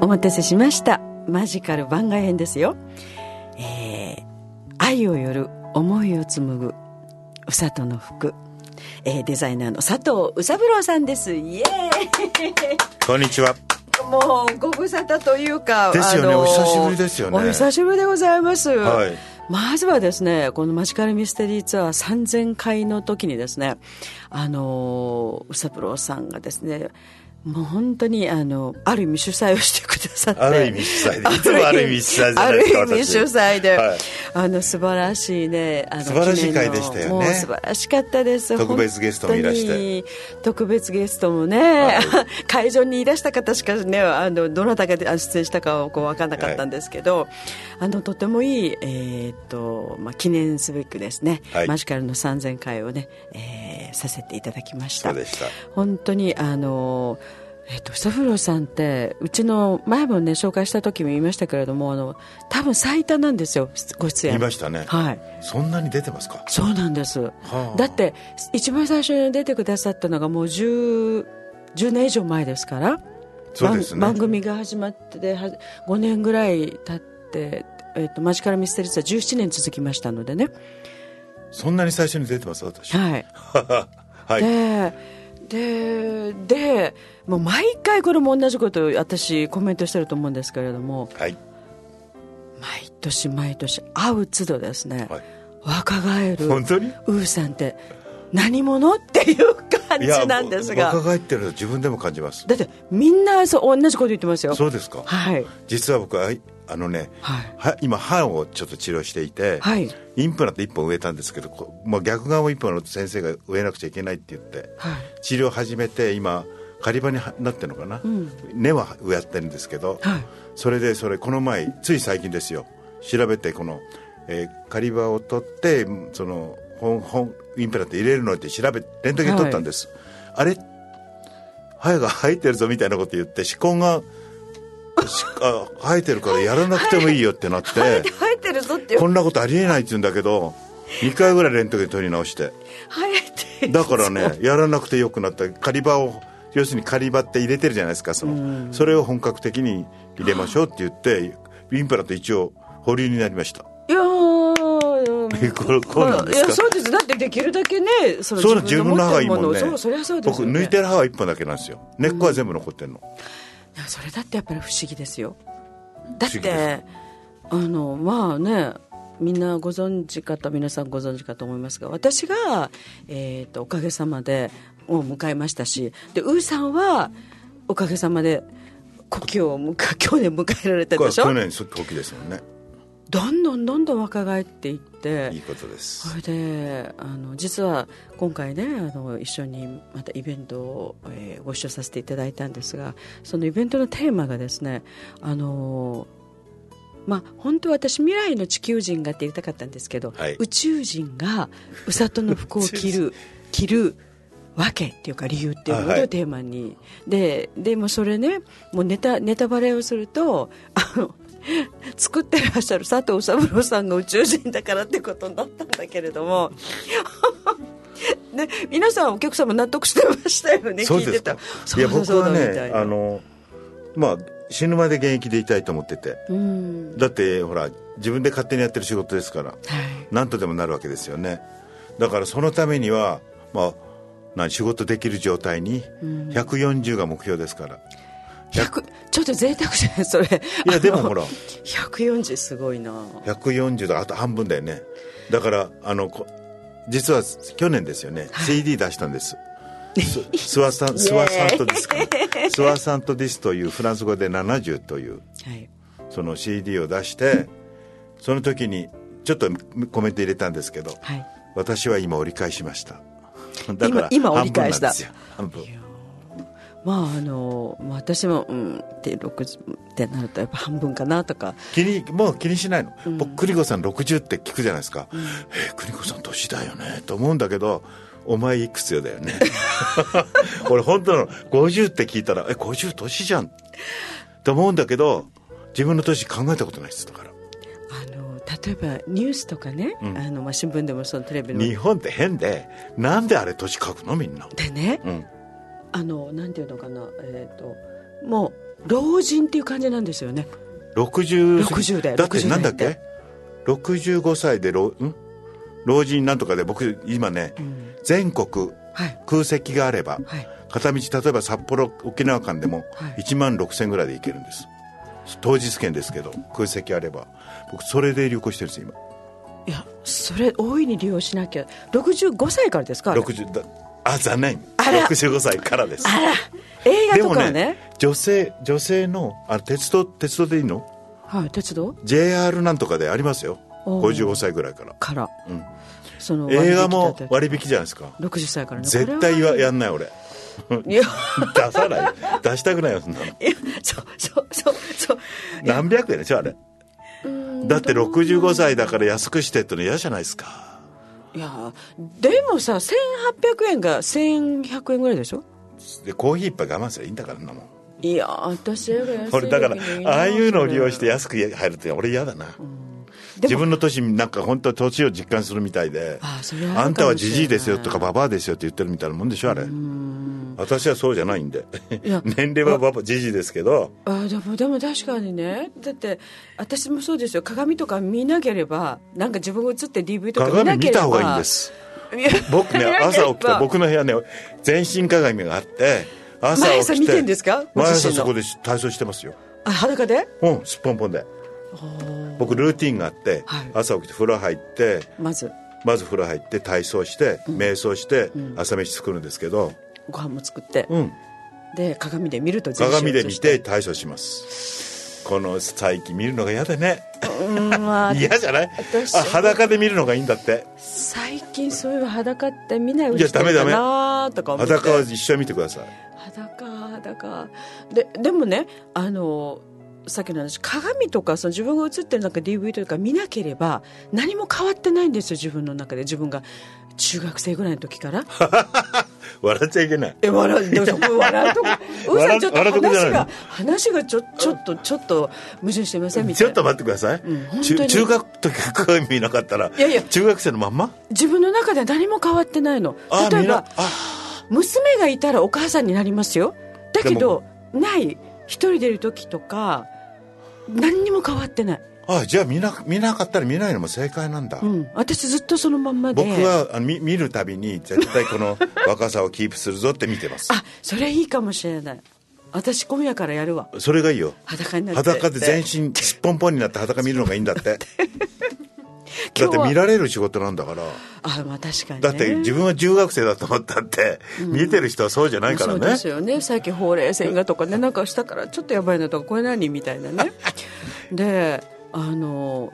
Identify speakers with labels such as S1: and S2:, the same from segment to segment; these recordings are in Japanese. S1: お待たせしましたマジカル番外編ですよ、えー愛を寄る思いを紡ぐうさとの服、えーデザイナーの佐藤うさぶろうさんですイエーイ
S2: こんにちは。
S1: もうご無沙汰というか
S2: ですよね
S1: あの
S2: お久しぶりですよね
S1: お久しぶりでございます、
S2: はい
S1: まずはですねこの「マジカルミステリーツアー」3000回の時にですねあの宇佐プロさんがですねもう本当にあのある意味主催をしてくださって
S2: ある意味主催でいつもある意味主催じゃないですか
S1: ある意味
S2: 私
S1: 主催で、
S2: はい
S1: あの素晴らしいねあの
S2: 素晴らしい会
S1: 記念の
S2: でしたよね
S1: もう素晴らしかったです
S2: 特別ゲストもいらして
S1: 本当に特別ゲストもね、会場にいらした方しかねあのどなたが出あ出演したかはこう分からなかったんですけど、あのとてもいい、えーっとまあ、記念すべくですね、
S2: はい
S1: マジカルの3000回をね、えーさせていただきました
S2: そうでした
S1: 本当にあのえっと、久風呂さんってうちの前もね紹介した時も言いましたけれどもあの多分最多なんですよ出ご出演
S2: 見ましたね
S1: はい
S2: そんなに出てますか。
S1: そうなんです、
S2: あ
S1: だって一番最初に出てくださったのがもう 10, 10年以上前ですから
S2: そうですね
S1: 番番組が始まっては5年ぐらい経って、えっとマジカルミステリーズは17年続きましたのでね
S2: そんなに最初に出てます私。
S1: はい
S2: はい。
S1: でででもう毎回これも同じことを私コメントしてると思うんですけれども
S2: はい。
S1: 毎年毎年会う都度ですね、
S2: はい
S1: 若返る
S2: 本当に
S1: ウーさんって何者っていう感
S2: い
S1: じなんですが
S2: 若返ってるの自分でも感じます。
S1: だってみんなそう同じこと言ってますよ
S2: そうですか。
S1: はい
S2: 実は僕はあのね、
S1: はい
S2: は今歯をちょっと治療していて、
S1: はい
S2: インプラント1本植えたんですけど、こうまあ、逆側を1本の先生が植えなくちゃいけないって言って、
S1: はい
S2: 治療始めて今狩り場にはなってるのかな、根は植えてるんですけど、
S1: はい
S2: それでそれこの前つい最近ですよ調べてこの、えー狩り場を取ってその本本インプラント入れるのって調べレントゲン取ったんです、あれ歯が生えてるぞみたいなこと言って歯根がしあ生えてるからやらなくてもいいよってなって、
S1: 生えて生えてるぞっていう
S2: こんなことありえないって言うんだけど2回ぐらいレントゲン取り直して。
S1: 生えてる
S2: だからねやらなくてよくなった狩り場を要するに狩り場って入れてるじゃないですかそのそれを本格的に入れましょうって言ってインプラント一応保留になりました
S1: いやー
S2: これこうなんで
S1: いや
S2: す
S1: そ
S2: か
S1: うですだってできるだけねそ
S2: そうなん自分の歯がいいもん
S1: 持っ
S2: ね
S1: てるものをそうそりゃそうです
S2: 僕
S1: よね
S2: 抜いてる歯は一本だけなんですよ根っこは全部残ってるの、
S1: いやそれだってやっぱり不思議ですよだっ
S2: 不思議で
S1: てあのまあねみんなご存知かと皆さんご存知かと思いますが私が、えー、とおかげさまでを迎えましたしでウーさんはおかげさまで故郷を迎え去年迎えられた
S2: これ
S1: で
S2: は
S1: しょ
S2: 去年時ですもんね
S1: どんどんどんどん若返っていって
S2: いいことです
S1: それであの実は今回ねあの一緒にまたイベントを、えーご一緒させていただいたんですがそのイベントのテーマがですねあのまあ、本当は私未来の地球人がって言いたかったんですけど、
S2: はい
S1: 宇宙人がうさとの服を着 る着るわけっていうか理由っていう
S2: あ
S1: の
S2: は
S1: を
S2: い
S1: テーマに、ででもそれねもうネタネタバレをするとあの作ってらっしゃる佐藤三郎さんが宇宙人だからってことになったんだけれども。 ね、皆さんお客様納得してましたよね
S2: そう
S1: 聞い
S2: で
S1: て
S2: す
S1: た
S2: か
S1: そ
S2: いうや
S1: だ
S2: 僕
S1: そう
S2: は
S1: だみた
S2: ね
S1: いな
S2: あのまあ死ぬまで現役でいたいと思ってて
S1: うん
S2: だってほら自分で勝手にやってる仕事ですから
S1: はい
S2: 何とでもなるわけですよねだからそのためには、まあ、何仕事できる状態に140が目標ですから、
S1: 100ちょっと贅沢じゃないそれい
S2: いやでもほら
S1: 140すごいな
S2: 140だあと半分だよねだからあのこ実は去年ですよね、CD 出したんです すスワさんスワサントディスクねスワサントディスというフランス語で70という
S1: はい
S2: その CD を出してその時にちょっとコメント入れたんですけど、
S1: はい
S2: 私は今折り返しましただから
S1: 今今折り返した
S2: 半分なんですよ半分
S1: まああのまあ私もうんで60ってなるとやっぱ半分かなとか
S2: 気にもう気にしないの、僕栗子さん60って聞くじゃないですか、えー栗子さん年だよねと思うんだけどお前いくつよだ よね俺本当なの50って聞いたらえ50年じゃんと思うんだけど自分の年考えたことないですだから
S1: あの例えばニュースとかね、
S2: うん
S1: あのまあ、新聞でもそのテレビの
S2: 日本って変でなんであれ年書くのみんな、
S1: でね
S2: うん、
S1: あのなんていうのかな、えー、ともう老人っていう感じなんですよね
S2: 60
S1: 60代
S2: だって
S1: 60代
S2: なんだっ
S1: って
S2: け65歳で老ん老人なんとかで僕今ね、全国
S1: はい
S2: 空席があれば、
S1: はい
S2: 片道例えば札幌沖縄間でも
S1: はい
S2: 1万6000ぐらいで行けるんです、当日券ですけど空席あれば僕それで旅行してるんです今
S1: いやそれ大いに利用しなきゃ65歳からですかあれ
S2: 60だあ残念
S1: あら
S2: 65歳からです
S1: あら映画
S2: で
S1: と
S2: も
S1: かはね
S2: ね女性女性のあ鉄道鉄道でいいの
S1: はい、鉄道
S2: JR なんとかでありますよ
S1: おー
S2: 55歳ぐらいから
S1: から、
S2: ん
S1: その
S2: 映画も
S1: 割引だったり
S2: 割引じゃないですか
S1: 60歳からね
S2: 絶対はや
S1: ん
S2: んな い俺
S1: いや
S2: 出さない出したくないよそんなの
S1: いやそうそうそうそう
S2: 何百円でしょあれだって65歳だから安くしてっての嫌じゃないですか
S1: いやでもさ1800円が1100円ぐらいでしょ
S2: でコーヒー一杯我慢すりゃいいんだからあんなもん
S1: いや私より安い
S2: 俺だから
S1: 時に
S2: ああいうのを利用して
S1: や
S2: 安く入るって俺嫌だな
S1: で
S2: 自
S1: も
S2: 分の年なんか本当年を実感するみたいで
S1: ああそれはあるかもしれない
S2: あんたはじじいですよとかババアですよって言ってるみたいなもんでしょあれ私はそうじゃないんで
S1: いや
S2: 年齢はババじじいですけど
S1: あでもでも確かにねだって私もそうですよ鏡とか見なければなんか自分が映って DV とか見な
S2: 鏡
S1: け
S2: 見
S1: れば
S2: た方がいいんです
S1: いや
S2: 僕ね
S1: 見なければ
S2: 朝起きて僕の部屋ね全身鏡があって朝
S1: 毎
S2: 起きて
S1: 朝見てんですかご
S2: 毎
S1: 自
S2: 朝
S1: 身の
S2: そこで体操してますよ
S1: あ裸で
S2: うんすっぽんぽんで僕ルーティンがあって、
S1: はい
S2: 朝起きて風呂入って
S1: まず
S2: まず風呂入って体操して、瞑想して、朝飯作るんですけど、
S1: ご飯も作って、
S2: うん、
S1: で鏡で見ると全身
S2: 鏡で
S1: 映
S2: 見
S1: して
S2: て体操しますこの最近見るのが嫌でね
S1: うんまあ
S2: 嫌じゃない
S1: 私
S2: あ裸で見るのがいいんだって
S1: 最近そういえば裸って見ないよう
S2: い
S1: に
S2: や
S1: してる
S2: ダメダメ
S1: なとか思って
S2: 裸は一緒に見てください
S1: 裸裸ででもねあのさっきの話鏡とかその自分が映ってるなんか DV とか見なければ何も変わってないんですよ自分の中で自分が中学生ぐらいの時 から
S2: 笑っちゃいけない
S1: え笑うでもそこ笑うとこうさ
S2: 笑
S1: ん
S2: う
S1: ちょっと
S2: 笑うとこじ
S1: 話
S2: ゃない
S1: が話がちょちょっとちょっと矛盾してませんみ
S2: ち
S1: た
S2: ょ
S1: い
S2: っと
S1: な
S2: 待ってください、
S1: ん本当に
S2: 中中学の時から見なかったら
S1: いやいや
S2: 中学生のまんま
S1: 自分の中で何も変わってないの
S2: あ
S1: 例え
S2: 見な
S1: ば
S2: あ
S1: 娘がいたらお母さんになりますよだけ
S2: で
S1: ど
S2: も
S1: ない一人でいる時とか何にも変わってない
S2: あじゃあ見な見なかったら見ないのも正解なんだ、
S1: うん、私ずっとそのまんまで
S2: 僕はあの見見るたびに絶対この若さをキープするぞって見てます
S1: あそれいいかもしれない私今夜からやるわ
S2: それがいいよ
S1: 裸になって
S2: 裸で全身すっぽんぽんになって裸見るのがいいんだって
S1: 今
S2: だっ
S1: 日
S2: て
S1: は
S2: 見られる仕事なんだから
S1: あまあ確かに、ね、
S2: だって自分は中学生だと思ったって、見てる人はそうじゃないから
S1: そうで
S2: ね
S1: すよね最近ほうれい線がとかね なんかしたからちょっとやばいなとかこれ何みたいなねであの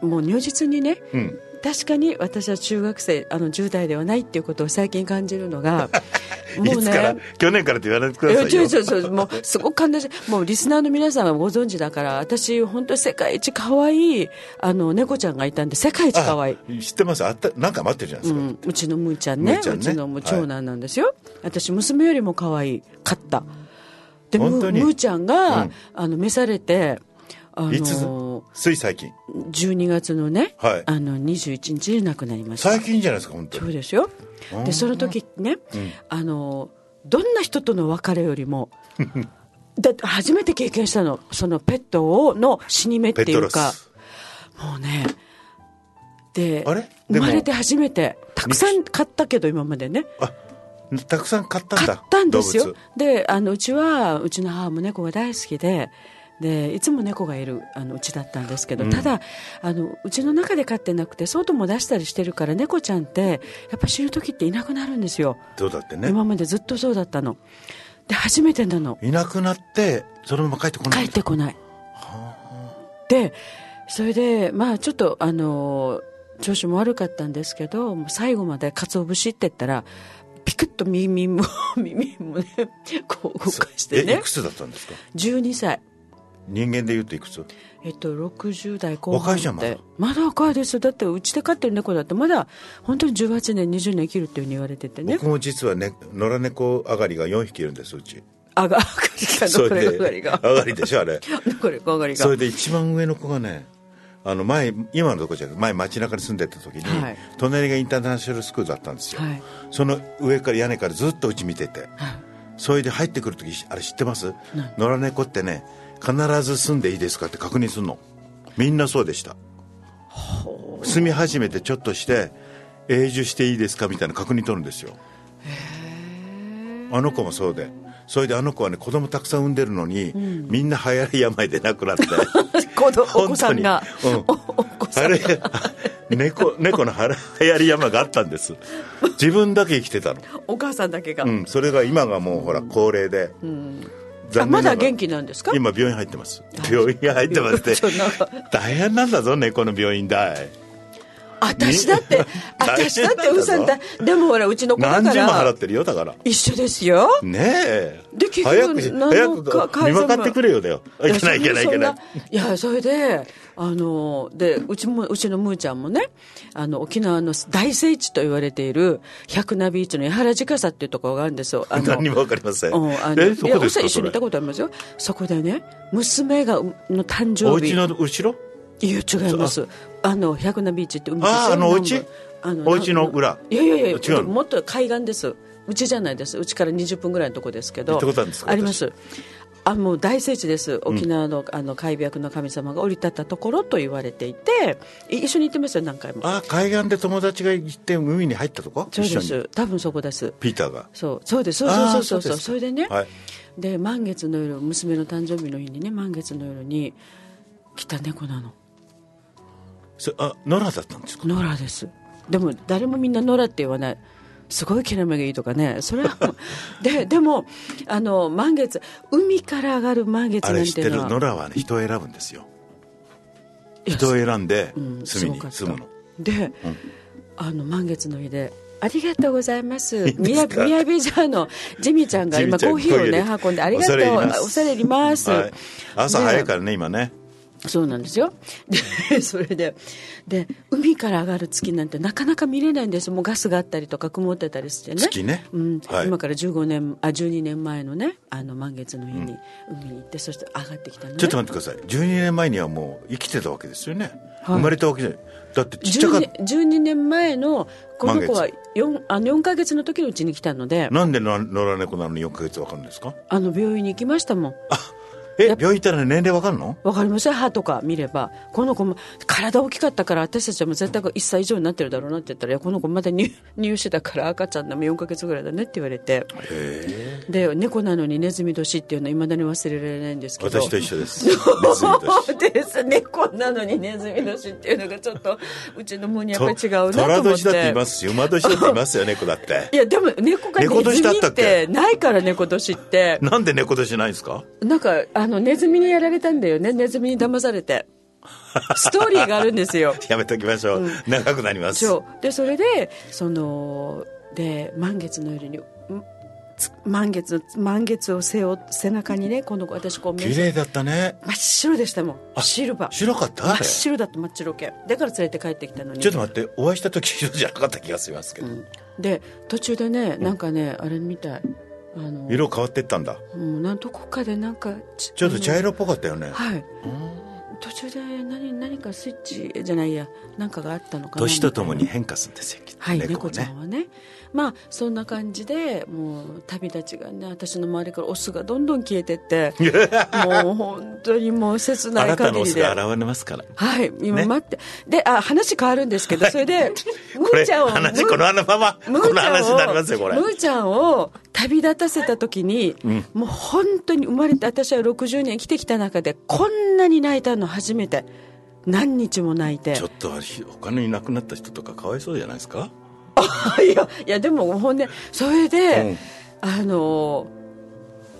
S1: もう如実にね、
S2: うん
S1: 確かに私は中学生あの10代ではないっていうことを最近感じるのが
S2: いつから去年からって言わないでください
S1: いや違
S2: よ
S1: う違う違うもうすごく感動してもうリスナーの皆さんはご存知だから私本当に世界一可愛いあの猫ちゃんがいたんで世界一可愛い
S2: あ知ってますあったなんか待ってるじゃないうですか、
S1: ん、うちのむーちゃんね
S2: むーちゃんね
S1: うちのもう長男なんですよ、私娘よりも可愛いかったでむ
S2: 本当に
S1: むーちゃんが、
S2: うん
S1: あの召されてあの
S2: いつつい最近
S1: 12月のね、
S2: はい
S1: あの21日に亡くなりました
S2: 最近じゃないですか本当
S1: そう
S2: に
S1: ですよでその時ね、あのどんな人との別れより もだって初めて経験したのそのペットをの死に目って
S2: ペ
S1: い
S2: ッ
S1: う
S2: トロ
S1: か
S2: ス
S1: もうねで
S2: あれ
S1: 生
S2: でも
S1: まれて初めてたくさん買ったけど今までね
S2: あたくさん買ったん
S1: 買
S2: だ
S1: ったんです
S2: 動
S1: よ
S2: 物
S1: であのうちはうちの母も猫が大好きででいつも猫がいるあのうちだったんですけど、ただあのうちの中で飼ってなくて外も出したりしてるから猫ちゃんってやっぱ死ぬ時っていなくなるんですよ
S2: どうだってね
S1: 今までずっとそうだったので初めてなの
S2: いなくなってそのまま帰ってこな
S1: 帰
S2: い
S1: ってこないでそれでまあちょっとあの調子も悪かったんですけどもう最後まで鰹節って言ったらピクッと耳も耳もねこう動かして
S2: えい
S1: ね
S2: くつだったんですか
S1: 12歳
S2: 人間で言うといくつ
S1: えっと60代後半
S2: 若いじゃんまだ
S1: ってまだ若いですよだってうちで飼ってる猫だってまだ本当に18年20年生きるっていうふうに言われててね
S2: 僕も実はね野良猫上がりが4匹いるんですうち
S1: あが、あがりが、
S2: そ
S1: 残
S2: れ
S1: り
S2: で
S1: ががりが。
S2: 上がりでしょあれ
S1: 残りががりが。
S2: それで一番上の子がねあの前今のとこじゃなく前街中に住んでた時に、
S1: はい
S2: 隣がインターナショナルスクールだったんですよ、
S1: はい
S2: その上から屋根からずっとうち見てて、それで入ってくる時あれ知ってます野良猫ってね必ず住んでいいですかって確認するのみんなそうでした住み始めてちょっとして永住していいですかみたいな確認取るんですよあの子もそうでそれであの子はね子供たくさん産んでるのに、みんな流行り病で亡くなって
S1: 子供お子さんが
S2: 本当にうん、
S1: おお子
S2: あれ 猫猫の腹 流行り山があったんです自分だけ生きてたの、
S1: お母さんだけが、
S2: うん、それが今がもうほら高齢
S1: あ
S2: で、残念
S1: ま
S2: なが
S1: だ
S2: ら
S1: 元気なんですか
S2: 今病院入ってます病院入ってますっ
S1: そんな
S2: て大変なんだぞ猫の病院代
S1: 私だって
S2: ね
S1: 私だっ
S2: 大
S1: て
S2: 変なんだぞ
S1: うさんだでもほらうちの子だ
S2: 何
S1: か
S2: 十万払
S1: ら
S2: ってるよだから
S1: 一緒ですよ
S2: ねえ
S1: で結局
S2: 早くし
S1: 何の
S2: 早く
S1: か改ざん
S2: 見まかってくれよだよいけないいけないいけない
S1: やそんないやそれであのでうちもうちのむーちゃんもねあの沖縄の大聖地と言われている百ナビ市の八原近さっていうところがあるんですよあの
S2: 何にも分かりません
S1: うんあの
S2: えそ
S1: いや
S2: こ
S1: お
S2: で
S1: さ
S2: す
S1: ん一
S2: か
S1: 緒
S2: そ
S1: に行っ
S2: れ
S1: たことありますよそこでね娘がうの誕
S2: お
S1: 生日
S2: 家の後ろ
S1: いや違いますあの百ナビーチって海ですよ
S2: あーあのお家
S1: 南部あ
S2: お家の裏
S1: いやいやいや
S2: 違うの
S1: もっと海岸ですうちじゃないですうちから20分ぐらいのとこですけど
S2: 行ったことあるんですか
S1: りますあもう大聖地です沖縄の,、あの海白の神様が降り立ったところと言われていてい一緒に行ってますよ何回も
S2: あ海岸で友達が行って海に入ったとこ
S1: そう
S2: 一
S1: で
S2: 緒に
S1: す多分そこです
S2: ピーターが
S1: そうそうですそうそうそうそう
S2: あーそうですか
S1: それでね、
S2: はい
S1: で満月の夜娘の誕生日の日にね満月の夜に来た猫なの
S2: そあ野良だったんですか
S1: ノラですでも誰もみんなノラって言わないすごい毛並みがいいとかねそれはもう ででもあの満月海から上がる満月
S2: あ
S1: な
S2: れ
S1: ん
S2: 知って
S1: い
S2: て
S1: う
S2: る
S1: のは
S2: 野良はね人を選ぶんですよ
S1: いや
S2: 人を選んで
S1: うん
S2: 住み
S1: すごかっ
S2: に
S1: た
S2: 住むの
S1: で、あの満月の日で「ありがとうございます」
S2: ん
S1: み
S2: で
S1: や
S2: すか
S1: みやべジャーのジミーちゃんが
S2: ジミ
S1: 今
S2: ーちゃん
S1: コーヒーをね
S2: コーヒー
S1: 運
S2: を入れて
S1: んで「ありがとう
S2: 恐れ入ります
S1: 恐れ入ります」
S2: はい朝
S1: で
S2: 早いからね今ね
S1: そうなんですよ。で、 それで、で、海から上がる月なんてなかなか見れないんです。もうガスがあったりとか曇ってたりしてね。
S2: 月ね
S1: うん、
S2: はい
S1: 今から15年、あ、12年前のね、あの満月の日に海に行って、そして上がってきたのね。
S2: ちょっと待ってください12年前にはもう生きてたわけですよね、
S1: はい
S2: 生まれたわけじゃないだってちっちゃかっ
S1: 12, 12年前のこの子は
S2: 満
S1: 4, あの4ヶ月の時のうちに来たので
S2: なんでの野良猫なのに4ヶ月わかるんですか
S1: あの病院に行きましたもん
S2: え
S1: やっ
S2: 病院行ったら年齢わかるの
S1: わかりません歯とか見ればこの子も体大きかったから私たちはもう絶対1歳以上になってるだろうなって言ったらいやこの子まだ入入してたから赤ちゃんでも4ヶ月ぐらいだねって言われて
S2: へえ
S1: で猫なのにネズミ年っていうのはいまだに忘れられないんですけど
S2: 私と一緒ですネズミと一緒
S1: そう です猫なのにネズミ年っていうのがちょっとうちのもにやっぱり違うなと思って
S2: 虎年だっていますし馬年だっていますよ猫だって
S1: いやでも猫がネ
S2: 猫年
S1: ズ
S2: だ
S1: ミ
S2: った
S1: っ
S2: ってけ
S1: ないから猫年って
S2: なんで猫年ないんですか
S1: なんかあのネズミにやられたんだよねネズミに騙されてストーリーがあるんですよ
S2: やめときましょう、長くなります
S1: そうでそれでそので満月の夜にんつ満月満月を背負背中にねこの子私こう目
S2: 綺麗だったね
S1: 真っ白でしたもん
S2: あ
S1: シルバー
S2: 白かったあ
S1: 真っ
S2: れちょ
S1: 白だった真っ白系だから連れて帰ってきたのに
S2: っと待ってお会いした時色じゃなかった気がしますけど、
S1: で途中でねなんかね、あれみたいあの
S2: 色変わってったんだ
S1: うんなんどこかでなんかち
S2: ちょっと茶色っぽかったよね
S1: あのはい途中で何何かスイッチじゃないやなんかがあったのかな
S2: 年とともに
S1: みたいな
S2: 変化するんですよきっと
S1: はい、
S2: 猫
S1: 猫
S2: は
S1: ちゃ
S2: ね
S1: んはねまあそんな感じでもう旅立ちがね私の周りからオスがどんどん消えてって もう本当にもう切
S2: あ
S1: ない
S2: なたの
S1: 限
S2: オ
S1: り
S2: ス
S1: で
S2: が現れますから
S1: はい今
S2: ね
S1: 待って、であ話変わるんですけどそれでむ
S2: こ
S1: ー
S2: れ
S1: ちゃんを
S2: 話この話ままこ
S1: むー
S2: の
S1: ちゃん
S2: 話になりますよこ
S1: を
S2: れ
S1: むーちゃんを旅立たせた時に、もう本当に生まれて私は60年生きてきた中でこんなに泣いたの初めて何日も泣いて
S2: ちょっと他のいなくなった人とかかわいそうじゃないですか
S1: いやいやでもほんでそれで、あの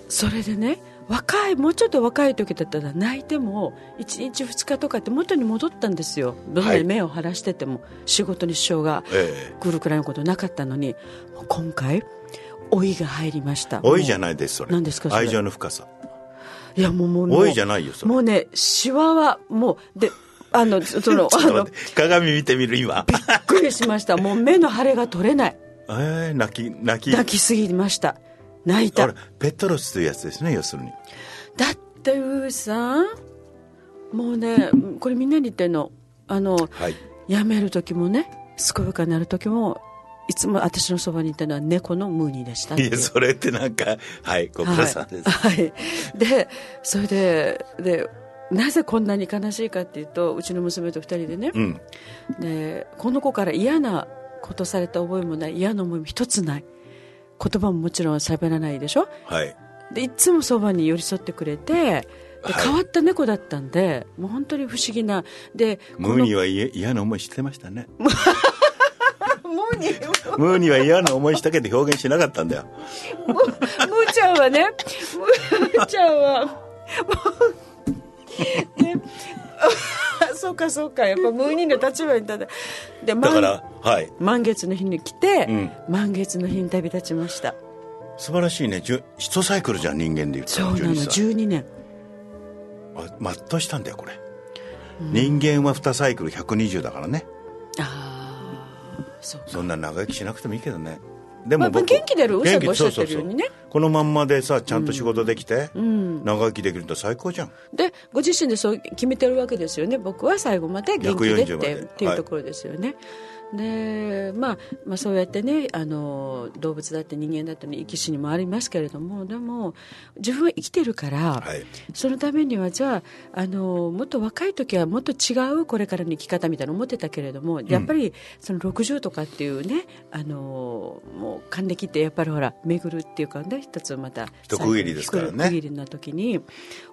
S1: それでね若いもうちょっと若い時だったら泣いても1日2日とかって元に戻ったんですよどんな
S2: は
S1: に
S2: い
S1: 目を晴らしてても仕事に支障が
S2: ええ
S1: 来るくらいのことなかったのに、もう今回老いが入りました
S2: 老いじゃ
S1: な
S2: ないですそれ
S1: 何ですかそれ
S2: 愛情の深さ
S1: いやもうもうもう
S2: 老いじゃないよそれ
S1: もうねシワはもうであのその
S2: ちょっ
S1: あ
S2: と
S1: の
S2: 待
S1: び
S2: って鏡見てみる今
S1: っくりしましたもう目の腫れが取れない
S2: ええ泣き泣き
S1: 泣きすぎました泣い
S2: あ
S1: た
S2: れペトロスというやつですね要するに
S1: だってウーさんもうねこれみんなに言ってんのあの
S2: はい
S1: 辞める時もね健やかになる時もいつも私のそばにいたのは猫のムーニーでしたって
S2: いうやそれってなんかはいご苦労さんです、
S1: はいはい、でそれででなぜこんなに悲しいかっていうとうちの娘と二人でね、
S2: うん
S1: でこの子から嫌なことされた覚えもない嫌な思いも一つない言葉ももちろん喋らないでしょ
S2: はい
S1: でいつもそばに寄り添ってくれてで
S2: はい
S1: 変わった猫だったんで、もう本当に不思議なで
S2: ムーニーは嫌嫌な思いしてましたね
S1: このムーニー
S2: ムーニーは嫌な思いしたけど表現しなかったんだよ
S1: むむーちゃんはねむーちゃんはもうね あそうかそうかやっぱムーニーの立場に立ってで
S2: だか
S1: 満
S2: らはい
S1: 満月の日に来て、
S2: うん
S1: 満月の日に旅立ちました
S2: 素晴らしいねじゅ一サイクルじゃん人間で言った
S1: そう
S2: ら
S1: なの
S2: 12歳
S1: 12年
S2: あ全うしたんだよこれ、人間は2サイクル120だからね
S1: ああそう
S2: そんな長生きしなくてもいいけどねで
S1: まあ
S2: も僕、
S1: 元気出るうさこおっしゃ
S2: そ
S1: っ
S2: うそ
S1: て
S2: う
S1: る
S2: そ
S1: よう
S2: う
S1: にね
S2: このまんまでさちゃんと仕事できて、長生きできると最高じゃん
S1: でご自身でそう決めてるわけですよね僕は最後まで元気でって
S2: 140まで
S1: っていうところですよね、でまあ、まあそうやってねあの動物だって人間だってね生き死にもありますけれどもでも自分は生きてるから、
S2: はい
S1: そのためにはじゃああのもっと若い時はもっと違うこれからの生き方みたいなの思ってたけれども、やっぱりその60とかっていうねあのもう還暦ってやっぱりほら巡るっていうかね一つまた
S2: 一区切りですからね
S1: 一区切りな時に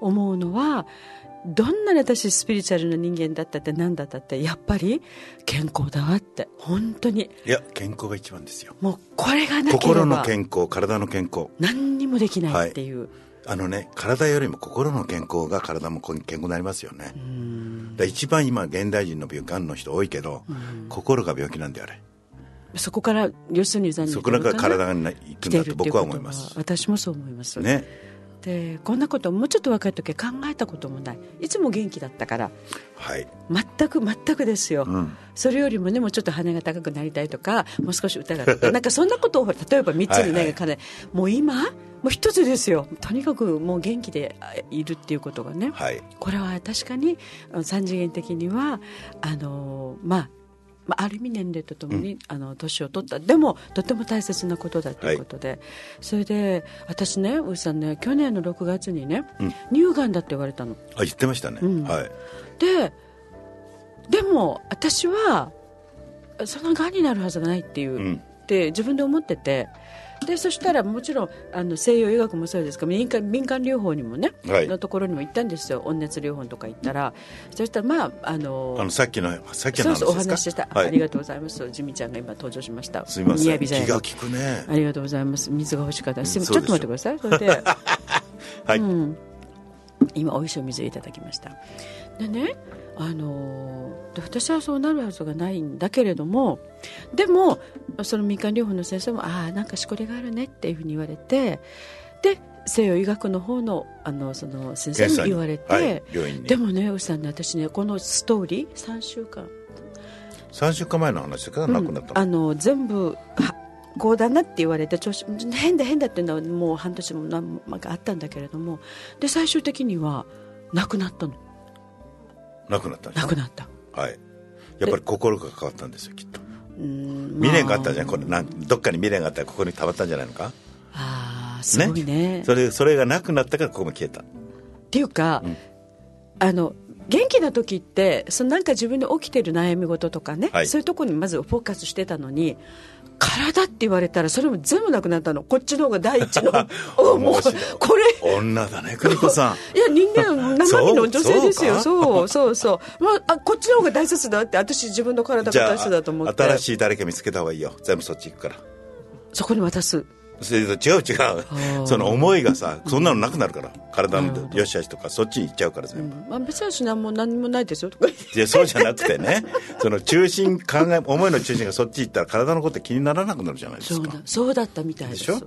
S1: 思うのはどんなに私スピリチュアルな人間だったって何だったってやっぱり健康だわって本当に
S2: いや健康が一番ですよ
S1: もうこれがなけれ
S2: 心の
S1: ば
S2: 健康体の健康
S1: 何にもできないっていう、
S2: あのね体よりも心の健康が体も健康になりますよねだ一番今現代人の病がんの人多いけど心が病気なんだよあれ
S1: そこから要するに残念
S2: そこなんか体がないいく
S1: 来
S2: ん
S1: てる
S2: だと
S1: っていう
S2: 僕
S1: こ
S2: は
S1: と
S2: 思います
S1: 私もそう思います、
S2: ね
S1: でこんなこともうちょっと若い時は考えたこともないいつも元気だったから
S2: はい
S1: 全く全くですよ、それよりもねもうちょっと鼻が高くなりたいとかもう少し歌が とかなんかそんなことをほら例えば3つの
S2: はいは
S1: ね
S2: い
S1: がかなりもう今もう一つですよとにかくもう元気であいるっていうことがね、
S2: はい
S1: これは確かにあの三次元的にはあの、まあまあ、ある意味年齢とともに、あの年を取ったでもとても大切なことだということで、それで私ねウーさんね去年の6月にね、乳がんだって言われたの
S2: あ言ってましたね、はい
S1: ででも私はそんながんになるはずがないっていう、
S2: ん
S1: って自分で思っててでそしたらもちろんあの西洋医学もそうですけど民間民間療法にもね、
S2: はい
S1: のところにも行ったんですよ温熱療法とか行ったらそしたらまああの
S2: あのさっきのさっき
S1: そ
S2: の
S1: う
S2: 話
S1: そうお
S2: で
S1: 話し
S2: す
S1: した
S2: か、
S1: あり
S2: い
S1: がとうございますジミちゃんが今登場しました
S2: すいません
S1: 雅
S2: 気
S1: じゃない
S2: が利くね
S1: ありがとうございます水が欲しかったすいませんち
S2: そ
S1: ょ
S2: う
S1: っ
S2: で
S1: と
S2: しょ
S1: 待ってくださいそれで
S2: はい、
S1: 今美味しいお水いただきましたでねあのーで私はそうなるはずがないんだけれどもでもその民間療法の先生もああなんかしこりがあるねっていうふうに言われてで西洋医学の方のあのその先生
S2: 検
S1: に
S2: 査に
S1: 言われて、
S2: はい、病院に
S1: でもねうさんね私ねこのストーリー3週間
S2: 3週間前の話だから亡くなったの、
S1: あの全部はこうだなって言われて調子変だ変だっていうのはもう半年も何もなんかあったんだけれどもで最終的にはなくなったの
S2: 亡くなったんで
S1: な
S2: す
S1: くなった
S2: はいやっぱり心が変わったんですよきっと
S1: うん
S2: 未練があったんじゃんこれなんどっかに未練があったらここにたまったんじゃないのか
S1: ああすごいね
S2: それそれがなくなったからここも消えた
S1: っていうか、あの元気な時ってそのなんか自分で起きてる悩み事とかね、
S2: はい
S1: そういうところにまずフォーカスしてたのに体って言われたらそれも全部なくなったのこっちの方が第一のおもう
S2: 面白い
S1: これ
S2: 女だね邦子さん
S1: いや人間生身の女性ですよ
S2: そ
S1: そうそうそうまああこっちの方が大切だって私自分の体
S2: じ
S1: が
S2: ゃあ
S1: 大切だと思って
S2: 新しい誰か見つけた方がいいよ全部そっち行くから
S1: そこに渡す
S2: それと違う違うその思いがさそんなのなくなるから体のよしあしとかそっちに行っちゃうから全部、
S1: まあ別に何も何もないですよとか言って
S2: いやそうじゃなくて ねその中心考え思いの中心がそっち行ったら体のことって気にならなくなるじゃないで
S1: そ
S2: す
S1: う
S2: か
S1: だそうだったみたいで
S2: ですしょ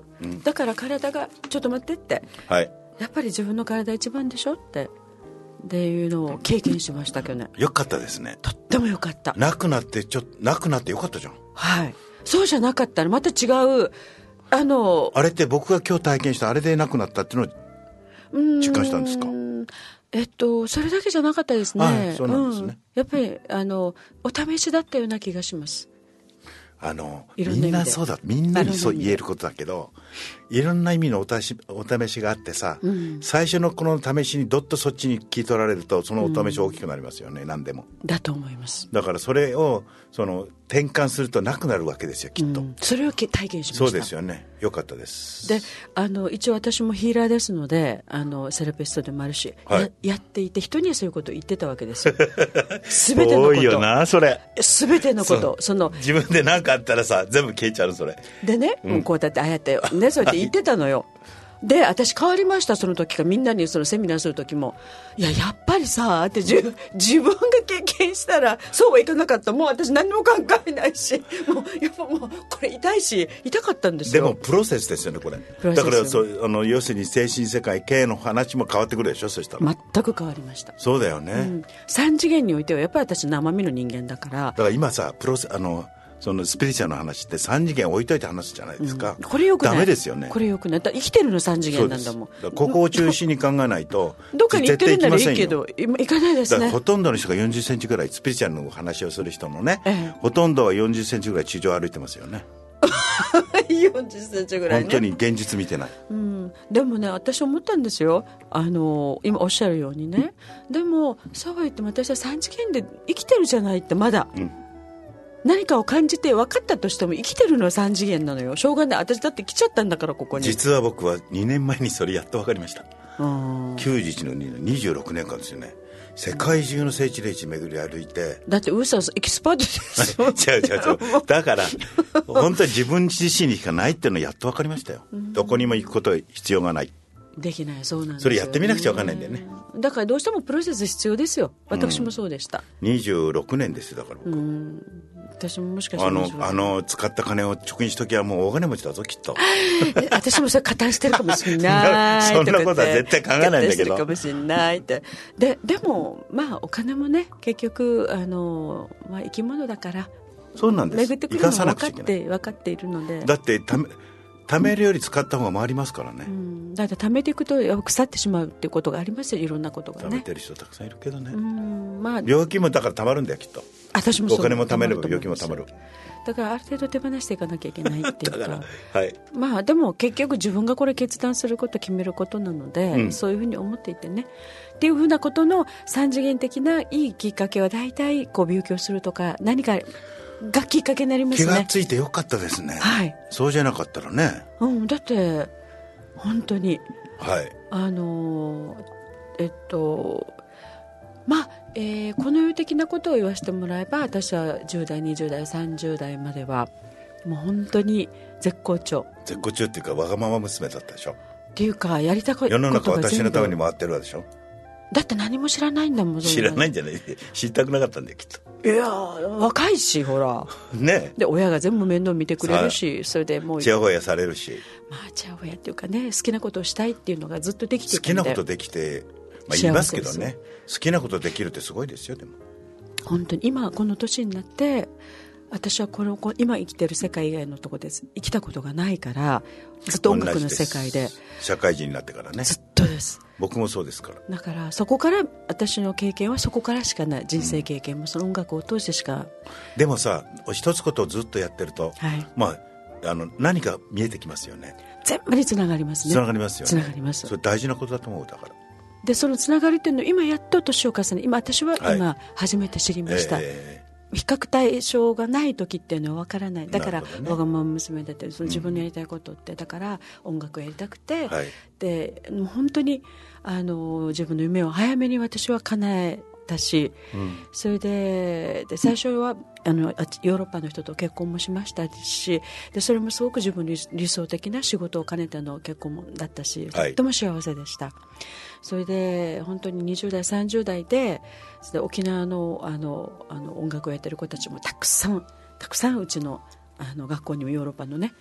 S1: だから体がちょっと待ってって
S2: はい
S1: やっぱり自分の体一番でしょってっていうのを経験しました去年
S2: よかったですね
S1: とってもよかった
S2: なくなってちょっとなくなってよかったじゃん
S1: はいそうじゃなかったらまた違うあの
S2: あれって僕が今日体験したあれでなくなったっていうのを実感したんですか
S1: うーんえっと、それだけじゃなかったですね。
S2: はいそうなんですね
S1: んやっぱり、あの、お試しだったような気がします。
S2: あの
S1: いろんな意味で
S2: みんなそうだみんなにそう
S1: いろんな意味で
S2: 言えることだけどいろんな意味のおたしお試しがあってさ、最初のこの試しにどっとそっちに聞い取られるとそのお試し大きくなりますよね、何でも
S1: だと思います。
S2: だからそれをその転換するとなくなるわけですよきっと、
S1: うんそれをき体験しました。
S2: そうですよねよかったです
S1: であの一応私もヒーラーですのであのセラピストでもあるし、
S2: はい
S1: ややっていて人にはそういうことを言ってたわけ ですよ全ての
S2: 多いよ
S1: こ
S2: なそれ
S1: と全てのことその
S2: 自分で何かあったらさ全部消えちゃうのそれ
S1: でね、もうこうだってああやって ねそうやって言ってたのよ、で私変わりましたその時からみんなにそのセミナーする時もいややっぱりさって自分自分が経験したらそうはいかなかったもう私何も考えないしもうやっぱもうこれ痛いし痛かったんです
S2: で
S1: よ
S2: もプロセスですよねこれ
S1: プロセ
S2: だ
S1: ス
S2: からそうあの要するに精神世界系の話も変わってくるでしょそしたら、
S1: 全く変わりました
S2: そうだよね、
S1: 三次元においてはやっぱり私生身の人間だから
S2: だから今さプロセあのそのスピリチュアルの話って3次元置いといて話すじゃないですか、
S1: これよくない
S2: ダメですよね
S1: これよくないだ生きてるの三次
S2: そ
S1: 元な
S2: うで
S1: ん
S2: す
S1: だもん
S2: だからここを中心に考えないと
S1: どっかに行ってるならいいけど
S2: 絶
S1: 今行かないで
S2: 対行きませ
S1: す
S2: んよだから
S1: ね
S2: ほとんどの人が4 0センチぐらいスピリチュアルのお話をする人のね、
S1: ええ
S2: ほとんどは4 0センチぐらい地上を歩いてますよね
S1: 4 0ンチぐらい
S2: 本
S1: ね
S2: 当に現実見てない
S1: うん、でもね私思ったんですよあの今おっしゃるようにねでもそうは言っても私は三次元で生きてるじゃないってまだ、
S2: ん
S1: 何かを感じて分かったとしても生きてるのは三次元なのよしょうがない私だって来ちゃったんだからここに
S2: 実は僕は2年前にそれやっと分かりました
S1: うん
S2: 91の2の26年間ですよね世界中の聖地霊地巡り歩いて
S1: だってウーサーさんエキスパートです よ
S2: 違う違う 違う。だから、本当に自分自身にしかないっていうのをやっと分かりましたよ。どこにも行くことは必要がない。
S1: できないそうなんです
S2: そ
S1: よ
S2: れやってみなくちゃ分かんないんだよね。
S1: だからどうしてもプロセス必要ですよ私もそうでした、
S2: 26年ですよ、だから僕。
S1: 私ももしかした
S2: あ
S1: ら
S2: の
S1: 面白、い
S2: あの、使った金を貯金しときはもう大金持ちだぞ、きっと。
S1: え私もそれ加担してるかもしれない
S2: そんなそんなことは
S1: か言って
S2: 絶対考えないんだ
S1: 加担し
S2: けど
S1: てるかもしれないってででもまあお金もね結局あの、まあ、生き物だから
S2: そうなんです。
S1: 巡ってくるの
S2: 生かさ
S1: は
S2: な
S1: 分
S2: くち
S1: か
S2: ゃ
S1: っ
S2: いけない。
S1: て分かっているので
S2: だって、ため、貯めるより使った方が回りますからね
S1: う。んだって貯めていくとやっぱ腐ってしまうっていうことがありますよいろんなことが
S2: 貯め
S1: ね
S2: てる人たくさんいるけど
S1: う
S2: ね。
S1: んまあ
S2: 病気もだから貯まるんだよ、きっと。
S1: 私もそう
S2: お金も貯めれば
S1: 貯まる
S2: 病
S1: と
S2: 気
S1: 思
S2: も
S1: います
S2: 貯まる。
S1: だからある程度手放していかなきゃいけないっていう
S2: だ
S1: か
S2: から、はい。
S1: まあでも結局自分がこれ決断すること決めることなので、
S2: うん
S1: そういうふうに思っていてねっていうふうなことの三次元的ないいきっかけは大体こう病気をするとか何かがきっかけになりま
S2: 気
S1: す
S2: が
S1: ね
S2: ついてよかったですね。
S1: はい、
S2: そうじゃなかったらね。
S1: うん、だって本当に
S2: はい。
S1: あのーえっとまあ、えーこの世的なことを言わせてもらえば私は10代20代30代まではもう本当に絶好調
S2: 絶好調っていうかわがまま娘だったでしょ
S1: っていうかやりたかった
S2: 世
S1: ことが全部
S2: の中私のために回ってるわでしょ
S1: だって何も知らないんだもんそ
S2: 知らないいんじゃ ない知りたくなかったんだよきっ
S1: いやー若いしほら
S2: とね
S1: で親が全部面倒見てくれるしそれでもう
S2: えちやほやされるし
S1: まあちやほやっていうかね好きなことをしたいっていうのがずっとできて
S2: 好
S1: た
S2: き
S1: んで
S2: なことできて、まあ、言いますけど
S1: 幸せ
S2: ね好きなことできるってすごいですよでも
S1: 本当に今この年になって私はこのこ今生きてる世界以外のとこで生きたことがないからずっと音楽の世界で
S2: 同じす社会人になってからね
S1: ずっとです
S2: 僕もそうですから
S1: だからそこから私の経験はそこからしかない人生経験もその音楽を通してしか、
S2: でもさ一つことをずっとやってると、
S1: はい
S2: まああの何か見えてきますよね
S1: 全部につながりますね
S2: つながりますよね
S1: つながります
S2: それ大事なことだと思うだから
S1: でそのつながりっていうのを今やっと年を重ね今私は今初めて知りました、
S2: え
S1: 比較対象がない時っていうのは分からないだから、
S2: なるほどね
S1: わがまま娘だったりその自分のやりたいことって、だから音楽をやりたくて、
S2: はい
S1: でもう本当にあの自分の夢を早めに私は叶えたし、それでで最初はあのあヨーロッパの人と結婚もしましたしでそれもすごく自分の理理想的な仕事を兼ねての結婚もだったし
S2: はい
S1: とっても幸せでした、それで本当に20代30代でそれで沖縄のあのあの音楽をやってる子たちもたくさんたくさんうちのあの学校にもヨーロッパのね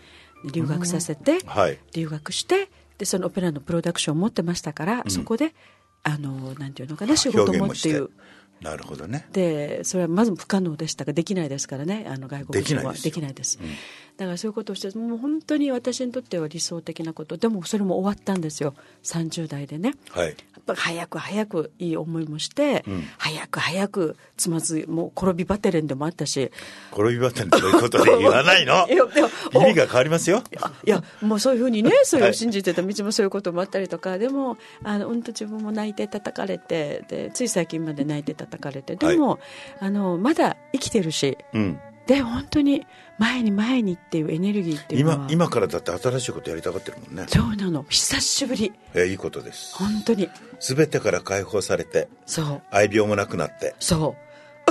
S1: 留学させて、
S2: えはい
S1: 留学してでそのオペラのプロダクションを持ってましたから、そこであのなんていうのかな仕事
S2: 表現
S1: もっ
S2: もしてて
S1: いう
S2: なるほどね
S1: でそれはまず不可能でしたができないですからねあの外国人
S2: できな
S1: はい
S2: ですよ
S1: できないですでだからそういうことをしてもう本当に私にとっては理想的なことでもそれも終わったんですよ30代でね
S2: はい
S1: やっぱ早く早くいい思いもして、
S2: ん
S1: 早く早くつまずいもう転びバテレンでもあったし
S2: 転びばったりということで言わない の
S1: いやでも
S2: 意味が変わりますよ
S1: あいやもうそういうふうにねそれを信じてた道もそういうこともあったりとか、でもあのうんと自分も泣いて叩かれてでつい最近まで泣いて叩かれてでも、あのまだ生きてるし
S2: うん
S1: で本当に前に前にっていうエネルギーっていうのは
S2: 今今からだって新しいことやりたがってるもんね
S1: そうなの久しぶり
S2: えーいいことです
S1: 本当に
S2: 全てから解放されて
S1: そう
S2: 愛病もなくなって
S1: そう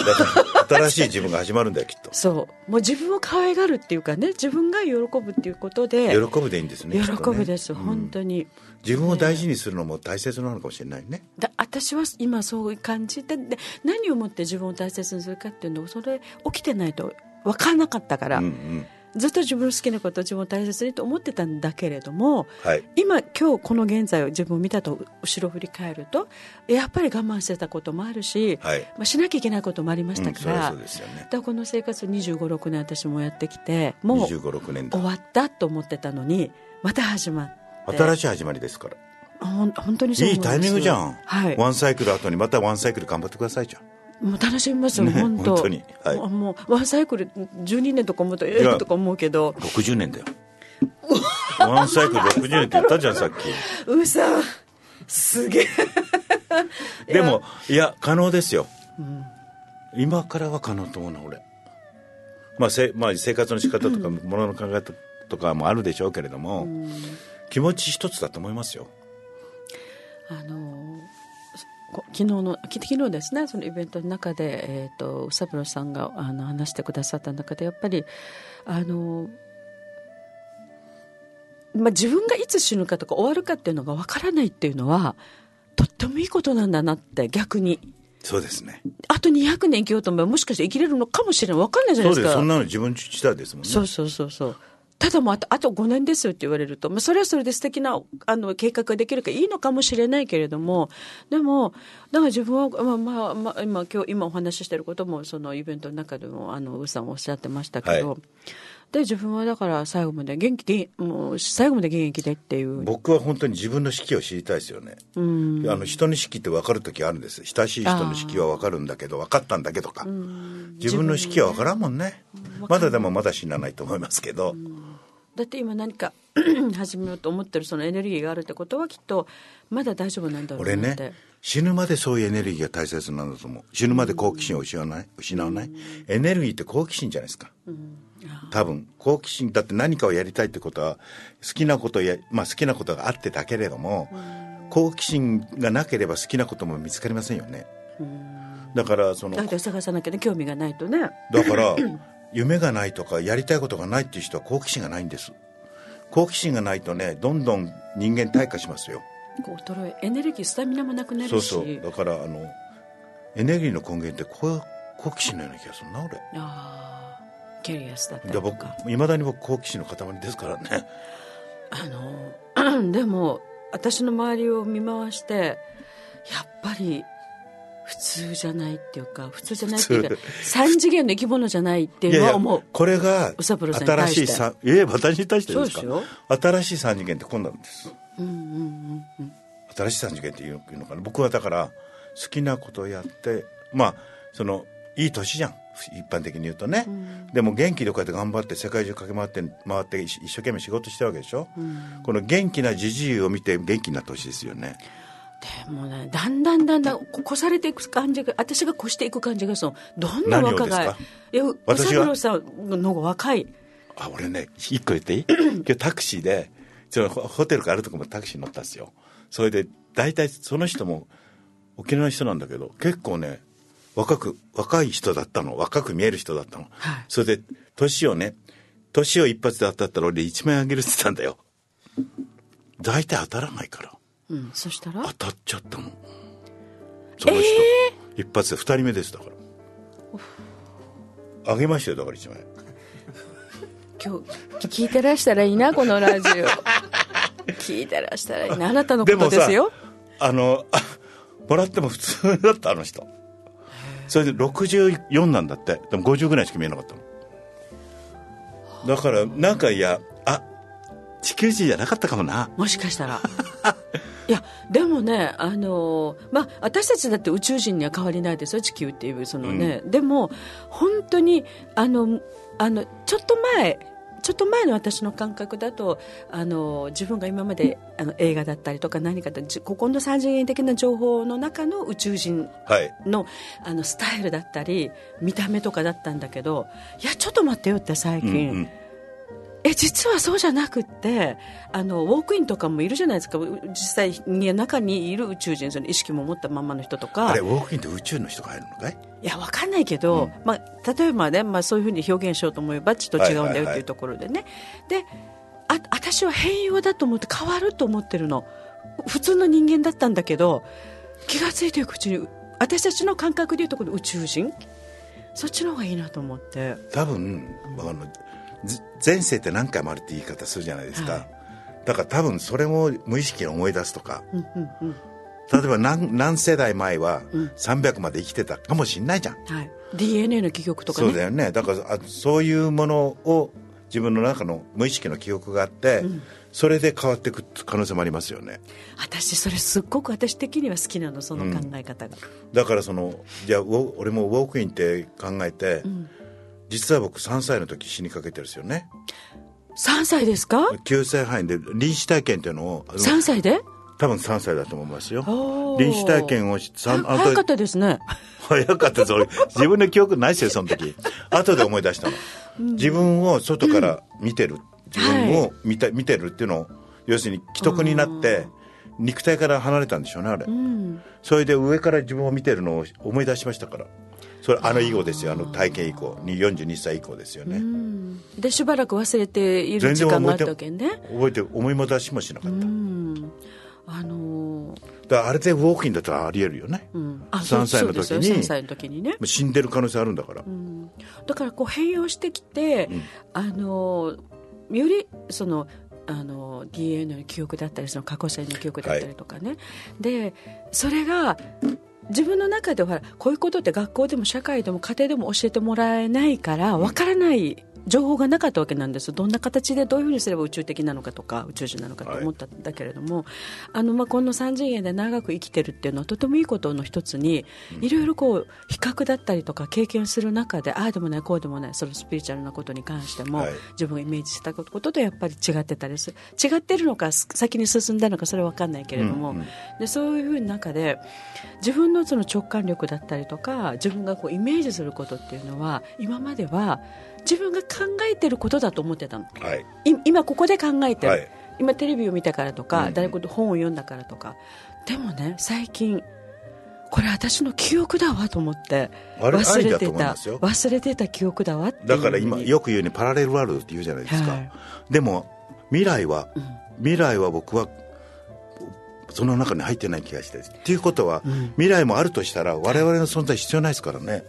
S2: だから新しい自分が始まるんだよきっと
S1: そうもう自分を可愛がるっていうかね自分が喜ぶって いうことで
S2: 喜ぶでいいんですね
S1: 喜
S2: きっとね
S1: ぶです、
S2: うん
S1: 本当に。
S2: 自分を大事にするのも大切なのかもしれないね
S1: だ私は今そう感じてで何をもって自分を大切にするかっていうのをそれ起きてないと分からなかったから、
S2: うんうん
S1: ずっと自分の好きなこと自分を大切にと思ってたんだけれども
S2: はい
S1: 今今日この現在を自分を見たと後ろ振り返るとやっぱり我慢してたこともあるし、
S2: はい、
S1: まあ、しなきゃいけないこともありま
S2: う
S1: した
S2: ん、
S1: か
S2: それ
S1: ら、
S2: はそうですよね
S1: だからこの生活を2 5六6年私もやってきてもう終
S2: 2 5 6年だ
S1: わったと思ってたのにまた始まって
S2: 新しい始まりですから
S1: あほん本当にそう
S2: い
S1: 思
S2: い
S1: ます
S2: タイミングじゃん、
S1: はい、
S2: ワンサイクル後にまたワンサイクル頑張ってくださいじゃん
S1: もう楽しみますよ、
S2: ね
S1: 本当
S2: 本当にはい
S1: もうもうワンサイクル12年とか思うとえ
S2: い
S1: え
S2: や
S1: とか思うけど
S2: 60年だ よワンサイクル60年って言ったじゃんさっき
S1: うさすげえ
S2: でもいや可能ですよ、今からは可能と思うな俺、まあ、せまあ生活の仕方とかものの考え方とかもあるでしょうけれども、気持ち一つだと思いますよ
S1: あのこ昨日のき昨日ですねそのイベントの中で、えー、と宇佐美さんがあの話してくださった中でやっぱりあの、まあ、自分がいつ死ぬかとか終わるかっていうのがわからないっていうのはとってもいいことなんだなって逆に
S2: そうですね
S1: あと200年生きようと思えばもしかして生きれるのかもしれないわかんないじゃ
S2: そ
S1: ないうで
S2: ですす
S1: か
S2: そんなの自分次第ですもんね
S1: そうそうそうそう。ただもうあとあと5年ですよって言われると、まあ、それはそれで素敵なあの計画ができるからいいのかもしれないけれどもでもだから自分は、まあまあまあ、今今日今お話ししていることもそのイベントの中でもあのウーさんおっしゃってましたけど、
S2: は
S1: で自分はだから最後まで元気でもう最後まで現役でっていう。
S2: 僕は本当に自分の四季を知りたいですよね、
S1: うん
S2: あの人の四季って分かる時あるんです親しい人の四季は分かるんだけど分かったんだけどか、自分の四季は分からんもんね、まだでもまだ死なないと思いますけど、
S1: だって今何か 始めようと思ってるそのエネルギーがあるってことはきっとまだ大丈夫なんだろ
S2: 俺
S1: うなっ
S2: ね
S1: て、
S2: 死ぬまでそういうエネルギーが大切なんだと思う死ぬまで好奇心を失わない失わないエネルギーって好奇心じゃないですか多分好奇心だって何かをやりたいってことは好きなことや、まあ、好きなことがあってだけれども好奇心がなければ好きなことも見つかりませんよねだからその
S1: だから探さなきゃね興味がないとね
S2: だから夢がないとかやりたいことがないっていう人は好奇心がないんです好奇心がないとねどんどん人間退化しますよ
S1: こう衰えエネルギースタミナもなくなるし
S2: そうそうだからあのエネルギーの根源ってこう好奇心のような気がするな俺
S1: あーキャリアスだったり
S2: で
S1: と
S2: 僕
S1: か
S2: いまだに僕好奇心の塊ですからね
S1: あの でも私の周りを見回してやっぱり普通じゃないっていうか普通じゃないっていうか
S2: 普
S1: 三次元の生き物じゃないっていうのは思う
S2: これが
S1: 宇佐風呂さんに対
S2: 新
S1: し
S2: していさいえ私に対してです
S1: そう
S2: か
S1: です
S2: 新しい三次元ってこんなんです新しい三次元っていうのかな僕はだから好きなことをやってまあそのいい年じゃん一般的に言うとね、でも元気でこうやって頑張って世界中駆け回って回って一一生懸命仕事してるわけでしょ、この元気なじじいを見て元気になってほしいですよね
S1: でもねだんだんだんだんこ越されていく感じが私が越していく感じがそのどんな若
S2: 何
S1: 返
S2: を
S1: りいや宇
S2: 私
S1: 佐
S2: が
S1: 風呂さんの方が若い
S2: あ俺ね一個言ってい い今日タクシーでちょっとホホテルからあるとこもタクシー乗ったんですよそれで大体その人も沖縄の人なんだけど結構ね若く若い人だったの若く見える人だったの、
S1: はい
S2: それで年をね年を一発で当たったら俺1万円あげるって言ったんだよ大体当たらないから
S1: うんそしたら
S2: 当たっちゃったのその人、一発で2人目ですだからあげましたよだから1万円
S1: 今日聞いてらしたらいいなこのラジオ聞いてらしたらいいなあなたのこ
S2: で
S1: と
S2: も
S1: で
S2: さ
S1: すよ
S2: あの あもらっても普通だったあの人それで64なんだってでも50ぐらいしか見えなかったのだからなんかいやあ地球人じゃなかったかもな
S1: もしかしたらいやでもねあのーまあ私たちだって宇宙人には変わりないですよ地球っていうそのね、でも本当にあのあのちょっと前ちょっと前の私の感覚だとあのー自分が今まであの映画だったりとか何かでじここの三次元的な情報の中の宇宙人
S2: はい
S1: のあのスタイルだったり見た目とかだったんだけどいやちょっと待ってよって最近、
S2: うんうん
S1: え実はそうじゃなくってあのウォークインとかもいるじゃないですかう実際に中にいる宇宙人その意識も持ったまんまの人と
S2: あ
S1: か
S2: れウォークインって宇宙の人が入るのかい
S1: いやわかんないけど、まあ、例えばね、まあ、そういうふうに表現しようと思えばちょっと違うんだよ
S2: はいはいはい
S1: っていうところでね、であ私は変容だと思って変わると思ってるの普通の人間だったんだけど気が付いていくうちに私たちの感覚でいうとこの宇宙人そっちの方がいいなと思って
S2: 多分あのず前世って何回もあるって言い方するじゃないですか、
S1: はい
S2: だから多分それも無意識に思い出すとか
S1: うんうんうん
S2: 例えば何何世代前は300まで生きてたかもしんないじゃん、
S1: はい、DNA の記憶とか
S2: そう
S1: ね
S2: だよねだからあそういうものを自分の中の無意識の記憶があって、それで変わっていく可能性もありますよね
S1: 私それすっごく私的には好きなのその考え方が、
S2: だからそのじゃあウォ俺もウォークインって考えて、実は僕3歳の時死にかけてるんですよね
S1: 3歳ですか
S2: 9歳範囲で臨死体験っていうのをあの
S1: 3歳で
S2: 多分3歳だと思いますよ
S1: おー
S2: 臨死体験をしさん
S1: は早かっ
S2: 後で
S1: たですね
S2: 早かったぞ俺自分の記憶な いっすよその時後で思い出したの、自分を外から見てる、自分を見た見てるっていうのを要するに既得になって肉体から離れたんでしょうねあれ、それで上から自分を見てるのを思い出しましたからそれあの以後ですよあの体験以降に42歳以降ですよね、
S1: でしばらく忘れている時間があったわけね
S2: 覚えて思い出しもしなかった、
S1: うんあのー
S2: だからあれでウォークインだったらありえるよね、
S1: うん、あ
S2: 3歳の時に
S1: そうですよ3歳の時にね
S2: 死んでる可能性あるんだから、
S1: だからこう変容してきて、あのーよりそのあのー DNA の記憶だったりその過去性の記憶だったりとかね、でそれが自分の中ではこういうことって学校でも社会でも家庭でも教えてもらえないからわからない情報がなかったわけなんですどんな形でどういうふうにすれば宇宙的なのかとか宇宙人なのかと思ったんだけれども、あのまあこの3次元で長く生きてるっていうのはとてもいいことの一つにいろいろこう比較だったりとか経験する中でああでもないこうでもないそのスピリチュアルなことに関しても、
S2: はい
S1: 自分がイメージしたこととやっぱり違ってたりする違ってるのかす先に進んだのかそれは分かんないけれども、
S2: うんうん
S1: でそういうふうな中で自分のその直感力だったりとか自分がこうイメージすることっていうのは今までは自分が考えてることだと思ってたの。
S2: はい
S1: い今ここで考えてる、
S2: はい
S1: 今テレビを見たからとか、
S2: うん
S1: 誰かと本を読んだからとかでもね最近これ私の記憶だわと思って
S2: あれ
S1: 忘
S2: 愛
S1: れ
S2: だと
S1: て
S2: 思い
S1: た
S2: ますよ
S1: 忘れてた記憶だわっていう
S2: だから
S1: ふ
S2: 今
S1: うに
S2: よく言うようにパラレルワールドって言うじゃないですか、
S1: はい
S2: でも未来は、未来は僕はその中に入ってない気がしてっていうことは、未来もあるとしたら我々の存在必要ないですからね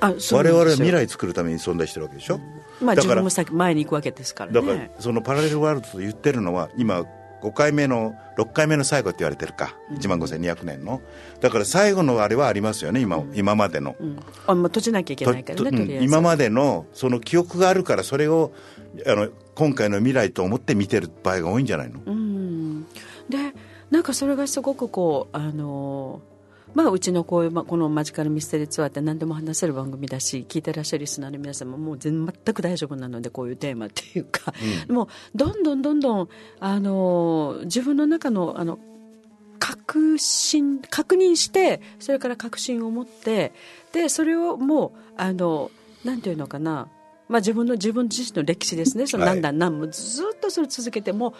S1: あそう
S2: 我
S1: なん
S2: 々は
S1: ですよ
S2: 未来作るために存在してるわけでしょ、
S1: まあ、
S2: だ
S1: 自
S2: から
S1: 分も先前に行くわけですから
S2: だから
S1: ね
S2: そのパラレルワールドと言ってるのは今5回目の6回目の最後って言われてるか1万5200年のだから最後のあれはありますよね今今までの、
S1: うんあまあ、閉じなきゃいけないから
S2: と
S1: ね
S2: と
S1: とりあえず、
S2: 今までのその記憶があるからそれをあの今回の未来と思って見てる場合が多いんじゃないの、
S1: うんでなんかそれがすごくこうあのまあ、うちのこういう、まあ、このマジカルミステリーツアーって何でも話せる番組だし聞いてらっしゃるリスナーの皆さんももう全全く大丈夫なのでこういうテーマっていうか、もうどんどんどんどんあの自分の中のあの確信確認してそれから確信を持ってでそれをもうあのなんていうのかな、まあ、自分の自分自身の歴史ですねその
S2: はい
S1: 何段何もずっとそれ続けても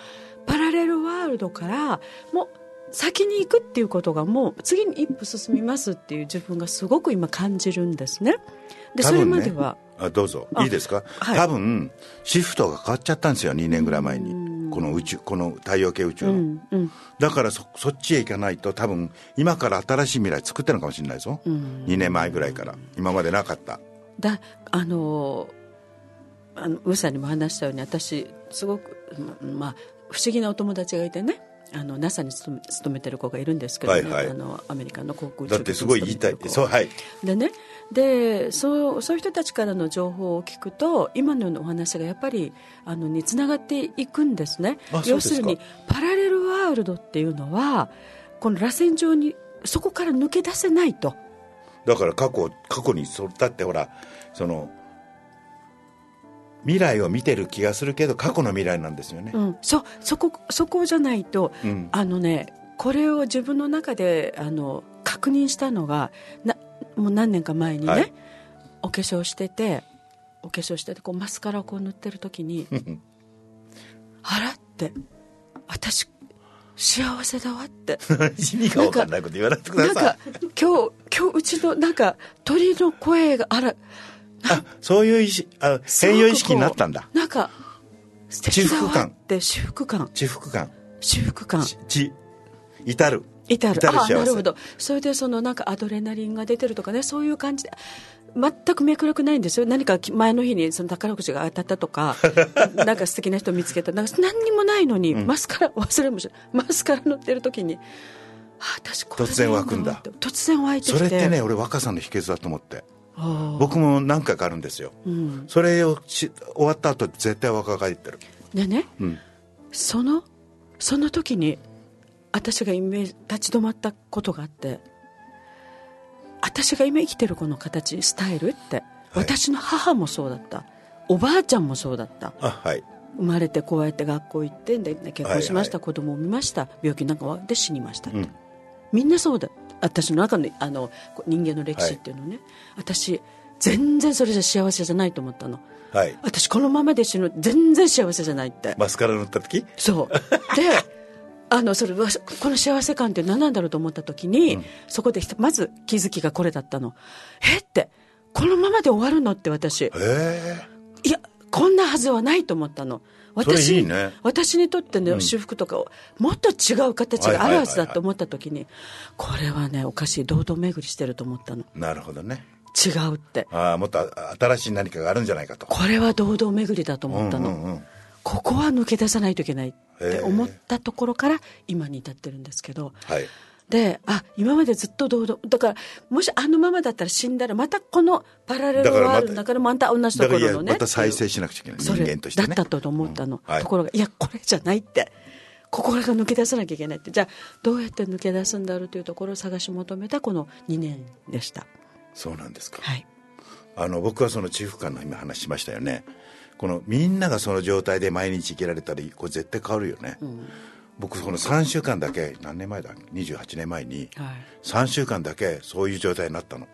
S1: パラレルワールドからもう先に行くっていうことがもう次に一歩進みますっていう自分がすごく今感じるんですね。で
S2: 多
S1: それ
S2: 分
S1: ま
S2: ね
S1: では、
S2: あどうぞ
S1: あ
S2: いいですか、
S1: はい
S2: 多分シフトが変わっちゃったんですよ2年ぐらい前にこの宇宙この太陽系宇宙の、
S1: うんうん
S2: だからそそっちへ行かないと多分今から新しい未来作ってるのかもしれないぞ、2年前ぐらいから今までなかった
S1: だあのあのウーさんにも話したように私すごくままあ不思議なお友達がいてねあの NASA に勤め勤めてる子がいるんですけどね、
S2: はいはい
S1: あのアメリカの航空宇宙
S2: だっ
S1: 局
S2: てすごい言いたい
S1: に勤めてる子
S2: そうはい
S1: でねでそうそういう人たちからの情報を聞くと今のようなお話がやっぱりあのにつながっていくんですね
S2: あそう
S1: 要
S2: です
S1: す
S2: か
S1: るにパラレルワールドっていうのはこの螺旋状にそこから抜け出せないと
S2: だから過去過去にそだってほらその未来を見てる気がするけど過去の未来なんですよね、
S1: うん、そそこそこじゃないと、
S2: うん
S1: あのねこれを自分の中であの確認したのがなもう何年か前にね、
S2: はい
S1: お化粧しててお化粧しててこうマスカラをこう塗ってる時にあらって私幸せだわって。
S2: 意味が分かんないこと言わないでくだ
S1: な
S2: さ
S1: ん
S2: い
S1: か今日今日うちのなんか鳥の声があら
S2: あそういう意識あ
S1: すごくこ
S2: 変
S1: う
S2: 容意識になったんだ
S1: なんか素敵だ
S2: 修復
S1: わっ
S2: 感
S1: て修復感
S2: 地福感
S1: 修復感
S2: ちち至る
S1: 至る
S2: 至る幸せ
S1: ああなるほどそれでそのなんかアドレナリンが出てるとかねそういう感じで全く脈絡ないんですよ何かき前の日にその宝くじが当たったとか なんか素敵な人見つけたなんか何にもないのに、マスカラ忘れもしないマスカラ乗ってる時に、あ、私これでいい
S2: 突然湧くんだ
S1: なって突然湧いてき
S2: そ
S1: て
S2: れってね俺若さの秘訣だと思って
S1: ああ
S2: 僕も何回かあるんですよ、
S1: うん、
S2: それをし終わった後絶対若返ってる
S1: でね、
S2: ん
S1: そのその時に私がイメージ立ち止まったことがあって私が今生きてる子の形スタイルって、
S2: はい
S1: 私の母もそうだったおばあちゃんもそうだった
S2: あはい
S1: 生まれてこうやって学校行ってでで結婚しました、子供を産みました病気なんかで死にましたって、
S2: うん
S1: みんなそうだ私の中のあのこう人間の歴史っていうのね、私全然それじゃ幸せじゃないと思ったの
S2: はい
S1: 私このままで死ぬ全然幸せじゃないって
S2: マスカラ塗った時
S1: そう。で、あの、それ、わしこの幸せ感って何なんだろうと思った時に、そこでひと、まず気づきがこれだったの。えって、このままで終わるのって私。
S2: へえ
S1: いや、こんなはずはないと思ったの。
S2: それ
S1: 私
S2: いいね
S1: 私にとっての修復とかを、もっと違う形があるはずだと思った時に、これはね、おかしい、堂々巡りしてると思ったの。
S2: なるほどね
S1: 違うって。
S2: ああもっと新しい何かがあるんじゃないかと
S1: これは堂々巡りだと思ったの。
S2: うんうんうん
S1: ここは抜け出さないといけないって思ったところから、今に至ってるんですけど。
S2: はい
S1: であ今までずっと堂々だからもしあのままだったら死んだらまたこのパラレルワールドだからまた同じと
S2: だ
S1: こ
S2: からい
S1: ろ
S2: や
S1: のね
S2: また再生しなくちゃいけない人間としてね
S1: それだったと思ったの、
S2: うんはい
S1: ところがいやこれじゃないってここが抜け出さなきゃいけないってじゃあどうやって抜け出すんだろうというところを探し求めたこの2年でした
S2: そうなんですか
S1: はい
S2: あの僕はその地福感の今話しましたよねこのみんながその状態で毎日生きられたらこれ絶対変わるよね、僕この3週間だけ何年前だ28年前に
S1: はい
S2: 3週間だけそういう状態になったの、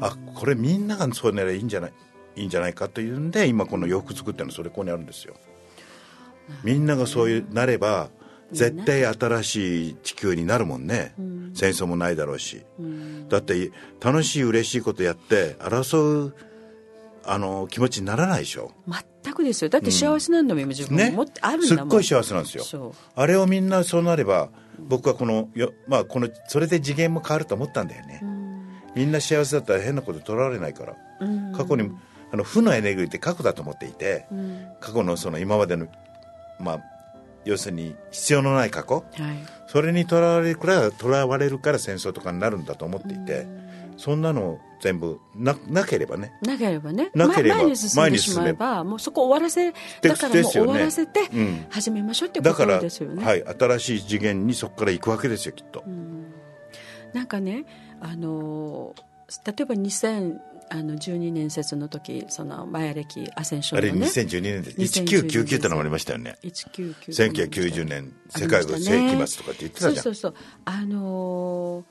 S2: あこれみんながそうならいいんじゃないいいんじゃないかというんで今この洋服作ってるのそれここにあるんですよみんながそういうなれば絶対新しい地球になるもんね、戦争もないだろうし、だって楽しい嬉しいことやって争うあの気持ちにならないでしょ
S1: 全くですよだって幸せなんだもん、今自分も
S2: ね
S1: 持ってあるん
S2: すっ
S1: だもん
S2: ごい幸せなんです
S1: そう
S2: よあれをみんなそうなれば僕はこのよ、まあ、このそれで次元も変わると思ったんだよねみんな幸せだったら変なこととらわれないから過去にあの負のエネルギーって過去だと思っていて過去のその今までのまあ要するに必要のない過去
S1: はい
S2: それにとらわれるからとらわれるから戦争とかになるんだと思っていてそんなのを全部ななければね
S1: なければね
S2: なければ
S1: ま前に進んでしまえばもうそこ終わらせだからもう
S2: です
S1: 終
S2: よね
S1: わらせて
S2: うん
S1: 始めましょうってこ
S2: だか
S1: と
S2: ら、
S1: ですよね、
S2: はい、新しい次元にそこから行くわけですよきっと、
S1: なんかねあのー例えば2012年説の時そのマヤ歴アセンシ
S2: あ
S1: ョ
S2: れ
S1: ンのね
S2: 2012年です
S1: 1999
S2: 1999ってのもありましたよね1990
S1: 1990
S2: 年世界が世紀末とかって言ってたじゃん
S1: そうそうそうあの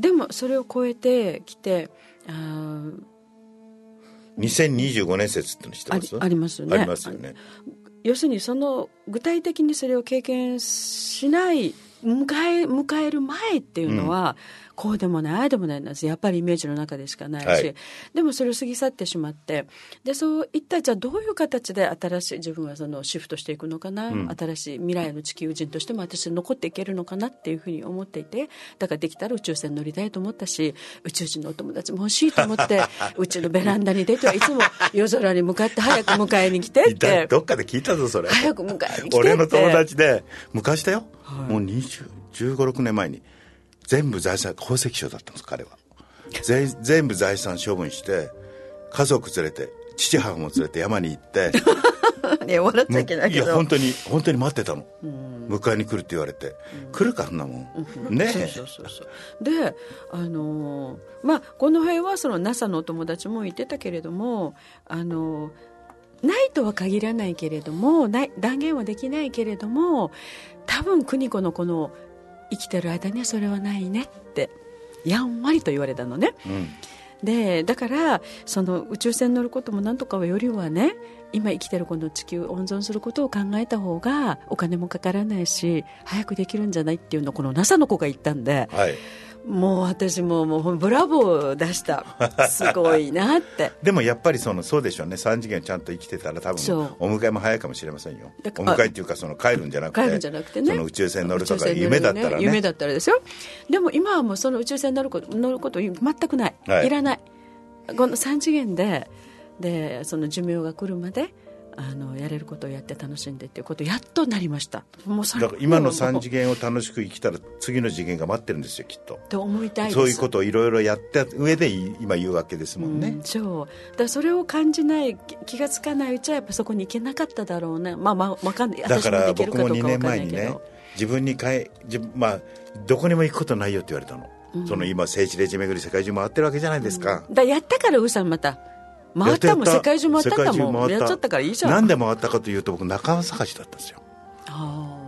S1: ーでもそれを超えてきてあー
S2: 2025年説っての知って
S1: あ
S2: ま
S1: り
S2: す
S1: ありますよね
S2: ありますよね
S1: 要するにその具体的にそれを経験しない迎え迎える前っていうのは、こうでもないああでもないなんですやっぱりイメージの中でしかないし、はい、でもそれを過ぎ去ってしまってでそういったじゃあどういう形で新しい自分はそのシフトしていくのかな、うん、新しい未来の地球人としても私残っていけるのかなっていうふうに思っていてだからできたら宇宙船乗りたいと思ったし宇宙人のお友達も欲しいと思って うちのベランダに出てはいつも夜空に向かって早く迎えに来てって
S2: どっかで聞いたぞそれ
S1: 早く迎えに来てって
S2: 俺の友達で昔だよ、はい、もう2 5 6年前に全部財産宝石商だったんです彼は全部財産処分して家族連れて父母も連れて山に行って
S1: ね笑っ ちゃいけないけど
S2: いや本当に本当に待ってたの、迎えに来るって言われて、来るかそんなもん、うん、ねえ
S1: そうそうそうであのー、まあこの辺はその NASA のお友達も言ってたけれどもあのーないとは限らないけれどもない断言はできないけれども多分邦子のこの生きてる間にはそれはないねってやんわりと言われたのね、うん、でだからその宇宙船乗ることもなんとかはよりはね今生きてるこの地球温存することを考えた方がお金もかからないし早くできるんじゃないっていうのをこの NASA の子が言ったんで、はい、もう私ももうブラボー出したすごいなって
S2: でもやっぱりそのそうでしょうね3次元ちゃんと生きてたら多分お迎えも早いかもしれませんよお迎えっていうかその帰るんじゃなくて
S1: 帰るんじゃなくて、ね、
S2: その宇宙船乗るとか夢だったら、ねね、
S1: 夢だったらですよでも今はもうその宇宙船乗ること乗ること全くない、はい、いらないこの3次元ででその寿命が来るまであのやれることをやって楽しんでっていうことやっとなりました
S2: もうだから今の3次元を楽しく生きたら次の次元が待ってるんですよきっと
S1: と思いたい
S2: そういうことをいろいろやった上で今言うわけですもんね、
S1: うん、そうだそれを感じない気が付かないうちはやっぱそこに行けなかっただろうねまあまあ分かんない
S2: だから僕も2年前にね自分に変えまあどこにも行くことないよって言われたの、うん、その今聖地レジ巡り世界中回ってるわけじゃないですか、
S1: うん、だやったからウーさんまた回ったも世界中回ったったもんやっちゃったからいいじゃん
S2: なんで回ったかというと僕仲間探しだったんですよ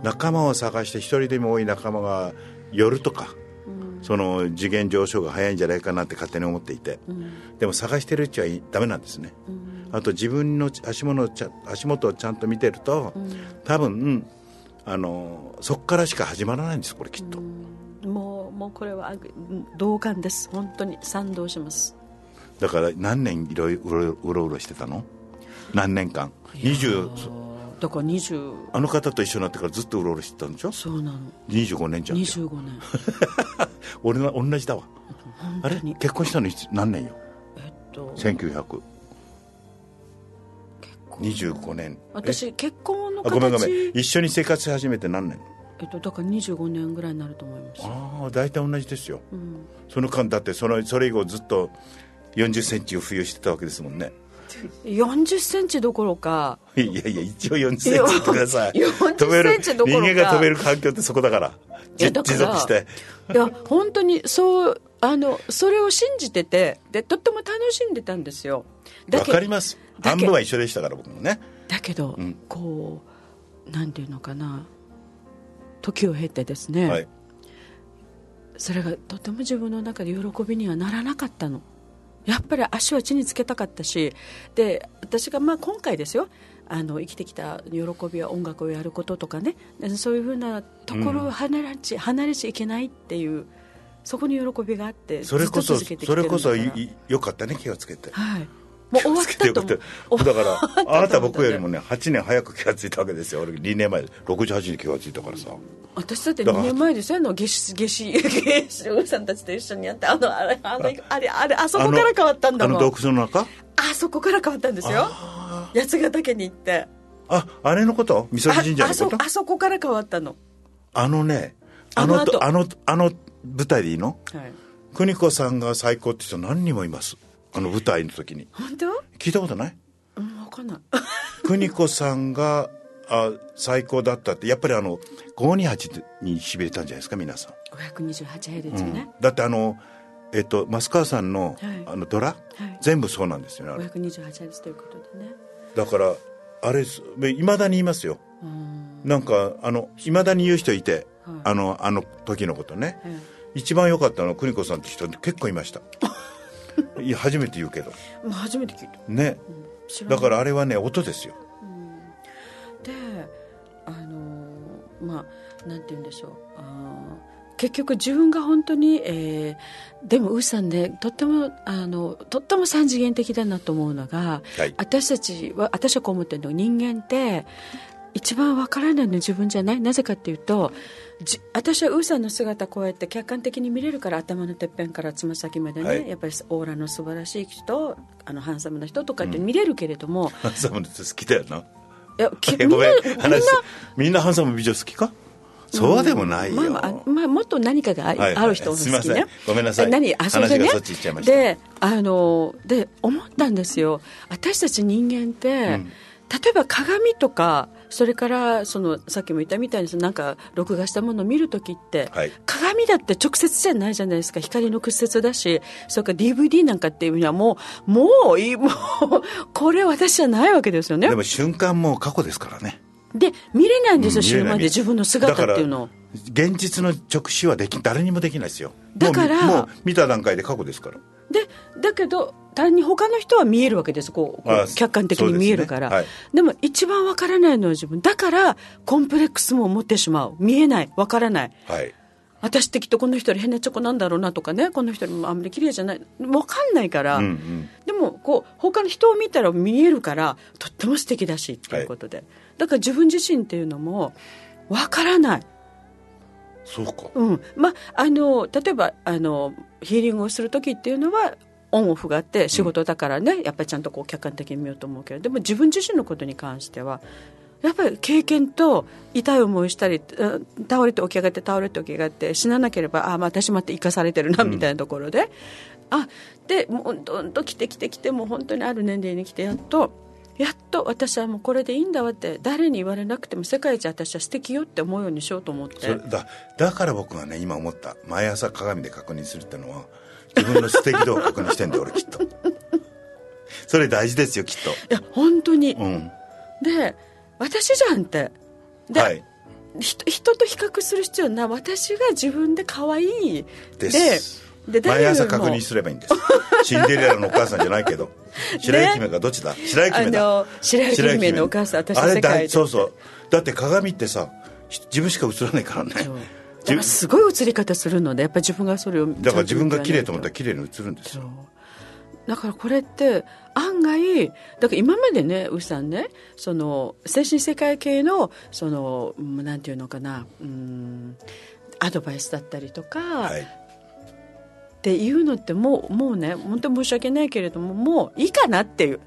S2: 仲間を探して一人でも多い仲間が寄るとか、うん、その次元上昇が早いんじゃないかなって勝手に思っていて、うん、でも探してるうちはダメなんですね、うん、あと自分の足元足元をちゃんと見てると、多分あのそこからしか始まらないんですこれきっと、
S1: もうもうこれは同感です本当に賛同します
S2: だから何年いろいろうろうろしてたの何年間20
S1: だから20
S2: あの方と一緒になってからずっとうろうろしてたんでしょ
S1: そうなの
S2: 25年じゃん25
S1: 年
S2: 俺は同じだわあれ結婚したの何年よ
S1: えっと
S2: 1900 25年
S1: 私結婚の
S2: 形ごめんごめん一緒に生活し始めて何年
S1: えっと、だから25年ぐらいになると思います
S2: ああ大体同じですよ、うん、その間だってそのそれ以後ずっと40センチを浮遊してたわけですもんね
S1: 40センチどころか
S2: いやいや一応40センチってください飛べる人間が飛べる環境ってそこだから持続して
S1: いや本当にそうあのそれを信じててでとっても楽しんでたんですよ
S2: わかります半分は一緒でしたから僕もね
S1: だけど、うん、こうなんていうのかな時を経てですね、はい、それがとても自分の中で喜びにはならなかったのやっぱり足は地につけたかったしで私がまあ今回ですよあの生きてきた喜びは音楽をやることとかねそういうふうなところを離れち、うん、離れちゃいけないっていうそこに喜びがあって
S2: それこそそれこそよかったね気がつけて
S1: はいもう終わったと
S2: 思だからあなた僕よりもね8年早く気が付いたわけですよ俺2年前68に気が付いたからさ
S1: 私だって2年前ですよあの夏至夏至夏至おさんたちと一緒にやってあのあれあれあれあれあそこから変わったんだもん
S2: あの洞窟の中
S1: あそこから変わったんですよ八ヶ岳に行って
S2: ああれのこと三崎神社のこと
S1: ああそこから変わったの
S2: あのねあのあのあの舞台でいいの、はい、邦子さんが最高って人何人もいますあの舞台の時に
S1: 本当
S2: 聞いたことない、
S1: うん、分かんない
S2: 邦子さんがあ最高だったってやっぱりあの528にしびれたんじゃないですか皆さん
S1: 528ヘルツね、
S2: うん、だってあのえっと増川さんの,はい、あのドラ、はい、全部そうなんですよね
S1: 528ヘルツということでね
S2: だからあれいまだに言いますよなんかあのいまだに言う人いて、はい、あのあの時のことね、一番良かったのは邦子さんって人結構い ましたいや初めて言うけど
S1: 初めて聞いた
S2: ね、うん、だからあれはね音ですよ、
S1: うん、であのー、まあなんて言うんでしょうあ結局自分が本当に、えーでもウーさんねとってもあのとっても三次元的だなと思うのが、
S2: はい
S1: 私たちは私はこう思ってるの人間って一番わからないの自分じゃないなぜかっていうとじ私はウーさんの姿こうやって客観的に見れるから頭のてっぺんからつま先までね、
S2: はい
S1: やっぱりオーラの素晴らしい人あのハンサムな人とかって見れるけれども、
S2: ハンサムの人好きだよな。
S1: いやき
S2: え
S1: み
S2: ご
S1: ん
S2: め
S1: なんみんな
S2: 話すみんなハンサム美女好きかそうでもないよ、
S1: まあまああ、まあ、もっと何かがあ,、
S2: はい
S1: ある人の
S2: すいま
S1: 好き
S2: せん
S1: ね。
S2: ごめんなさい
S1: え何あそれで
S2: 話
S1: ね
S2: がそっち行っちゃいました
S1: で、あので思ったんですよ。私たち人間って、例えば鏡とか。それからそのさっきも言ったみたいにそのなんか録画したものを見るときって、
S2: はい
S1: 鏡だって直接じゃないじゃないですか光の屈折だしそれから DVD なんかっていうのはもうもういいもうこれ私じゃないわけですよね
S2: でも瞬間もう過去ですからね
S1: で見れないんですよ、
S2: 見
S1: 死
S2: れ
S1: ぬ
S2: ない
S1: まで自分の姿っていうのを
S2: だ。から現実の直視はでき誰にもできないですよ
S1: だから
S2: もう見もう見た段階で過去ですから
S1: でだけど単に他の人は見えるわけですこうこう
S2: あ
S1: 客観的に見えるからで,、
S2: そうですね
S1: も一番わからないのは自分だからコンプレックスも持ってしまう見えないわからない
S2: はい
S1: 私ってきっとこの人より変なチョコなんだろうなとかねこの人よりもあんまり綺麗じゃないわかんないから、
S2: うんうん
S1: でもこう他の人を見たら見えるからとっても素敵だしっていうことで、だから自分自身っていうのもわからない
S2: そうか
S1: うんまあ、あの例えばあのヒーリングをする時っていうのはオンオフがあって仕事だからね、やっぱりちゃんとこう客観的に見ようと思うけどでも自分自身のことに関してはやっぱり経験と痛い思いしたりうん倒れて起き上がって倒れて起き上がって死ななければああまたしまって生かされてるなみたいなところで、あでもうどんどん来て来て来てもう本当にある年齢に来てやっとやっと私はもうこれでいいんだわって誰に言われなくても世界一私は素敵よって思うようにしようと思って
S2: それだだから僕がね今思った毎朝鏡で確認するってのは自分の素敵度を確認してんだよ俺き っとそれ大事ですよきっ
S1: いや本当に、
S2: とうん
S1: で私じゃんってで、
S2: はい
S1: 人人と比較する必要はない私が自分で可愛い
S2: です
S1: でで
S2: 毎朝
S1: 誰よりも
S2: 確認すればいいん ですシンデレラのお母さんじゃないけど白雪姫がどっちだ白雪
S1: あ
S2: 姫だ
S1: の白雪姫のお母さん私
S2: あ
S1: の世
S2: れ
S1: 界
S2: だ
S1: で
S2: そうそうだって鏡ってさひ自分しか映らないからね
S1: そう
S2: じ
S1: で
S2: ゅ
S1: もすごい映り方するのでやっぱり自分がそれを
S2: だから自分が綺麗と思った
S1: ら
S2: ら綺麗に映るんですよ
S1: だからこれって案外だから今までねウさんねその精神世界系のそのうんなんていうのかなうんアドバイスだったりとか、
S2: はい
S1: っていうのってもうもうね本当に申し訳ないけれどももういいかなっていう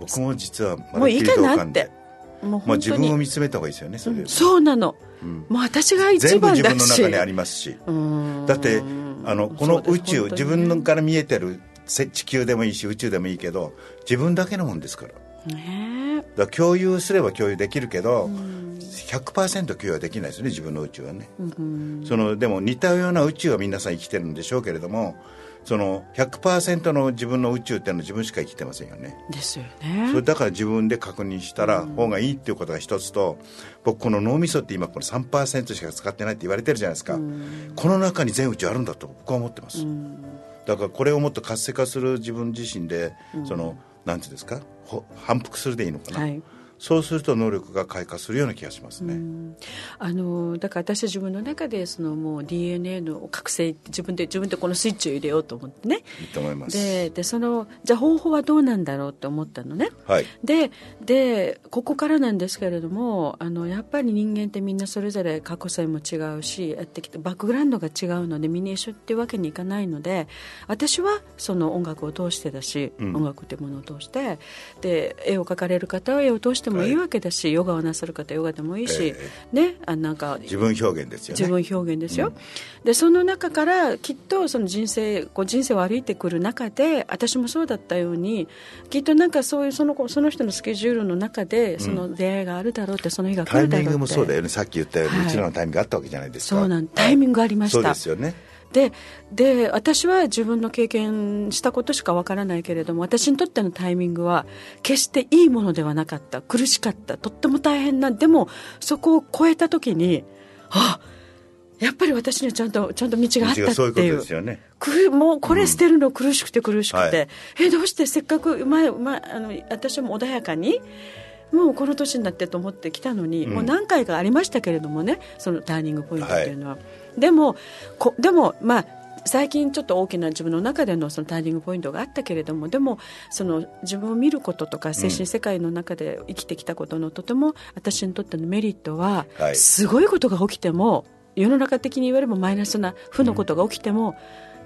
S2: 僕も実はま
S1: も
S2: だ
S1: ういい
S2: 切り
S1: か
S2: 同
S1: なっ
S2: 感
S1: て
S2: で
S1: もう
S2: まあ
S1: 本
S2: 自
S1: 当
S2: 分
S1: に、
S2: を見つめた方がいいですよねそれより
S1: そうなの、もう私が一
S2: 全部
S1: 番
S2: 自
S1: だ
S2: 分の
S1: し
S2: 中にありますし
S1: うん
S2: だってあのこの
S1: そうです
S2: 宇宙、
S1: 本当
S2: 自
S1: にね
S2: 分のから見えてるせ地球でもいいし宇宙でもいいけど自分だけのもんですからだか
S1: ね
S2: ら共有すれば共有できるけど、100%共有はできないですよね自分の宇宙はね、
S1: えうん
S2: そのでも似たような宇宙は皆さん生きてるんでしょうけれどもその100%の自分の宇宙っていうのは自分しか生きてませんよね
S1: ですよ
S2: それ
S1: ね
S2: だから自分で確認したら方がいいっていうことが一つと僕この脳みそって今この3%しか使ってないって言われてるじゃないですかこの中に全宇宙あるんだと僕は思ってますだからこれをもっと活性化する自分自身でそのなんていうんですかほ反復するでいいのか
S1: は
S2: ないそうすると能力が開花するような気がしますね
S1: あのだから私は自分の中でそのもう DNA の覚醒って自分で自分でこのスイッチを入れようと思ってね
S2: いいと思います
S1: ででそのじゃあ方法はどうなんだろうって思ったのね
S2: はい
S1: ででここからなんですけれどもあのやっぱり人間ってみんなそれぞれ過去性も違うしやってきてバックグラウンドが違うのでみんな一緒っていうわけにいかないので私はその音楽を通してだし、音楽というものを通してで絵を描かれる方は絵を通してもいいわけだし、ヨガをなさる方はヨガでもいいし、
S2: え
S1: ねあなんか
S2: 自分表現ですよね
S1: 自分表現ですよ、でその中からきっとその人生こう人生を歩いてくる中で私もそうだったようにきっとなんかそういうその子その人のスケジュールの中でその出会いがあるだろうって、その日が来
S2: タイ
S1: るだろうって
S2: ミングもそうだよねさっき言ったように、
S1: はいう
S2: ちらのタイミングがあったわけじゃないですか
S1: そうなんタイミングがありました
S2: そうですよね
S1: でで私は自分の経験したことしかわからないけれども私にとってのタイミングは決していいものではなかった苦しかったとっても大変なでもそこを超えた時にあやっぱり私にはちゃんとちゃんと道があったっていう
S2: そういうことですよね
S1: くもうこれ捨てるの苦しくて苦しくて、
S2: はい
S1: えどうしてせっかく前、前あの私はもう穏やかにもうこの年になってと思ってきたのに、もう何回かありましたけれどもねそのターニングポイントっていうのは、でもこでもまあ最近ちょっと大きな自分の中でのそのターニングポイントがあったけれどもでもその自分を見ることとか精神世界の中で生きてきたことのとても私にとってのメリットは、
S2: はい
S1: すごいことが起きても世の中的に言わればマイナスな負のことが起きても、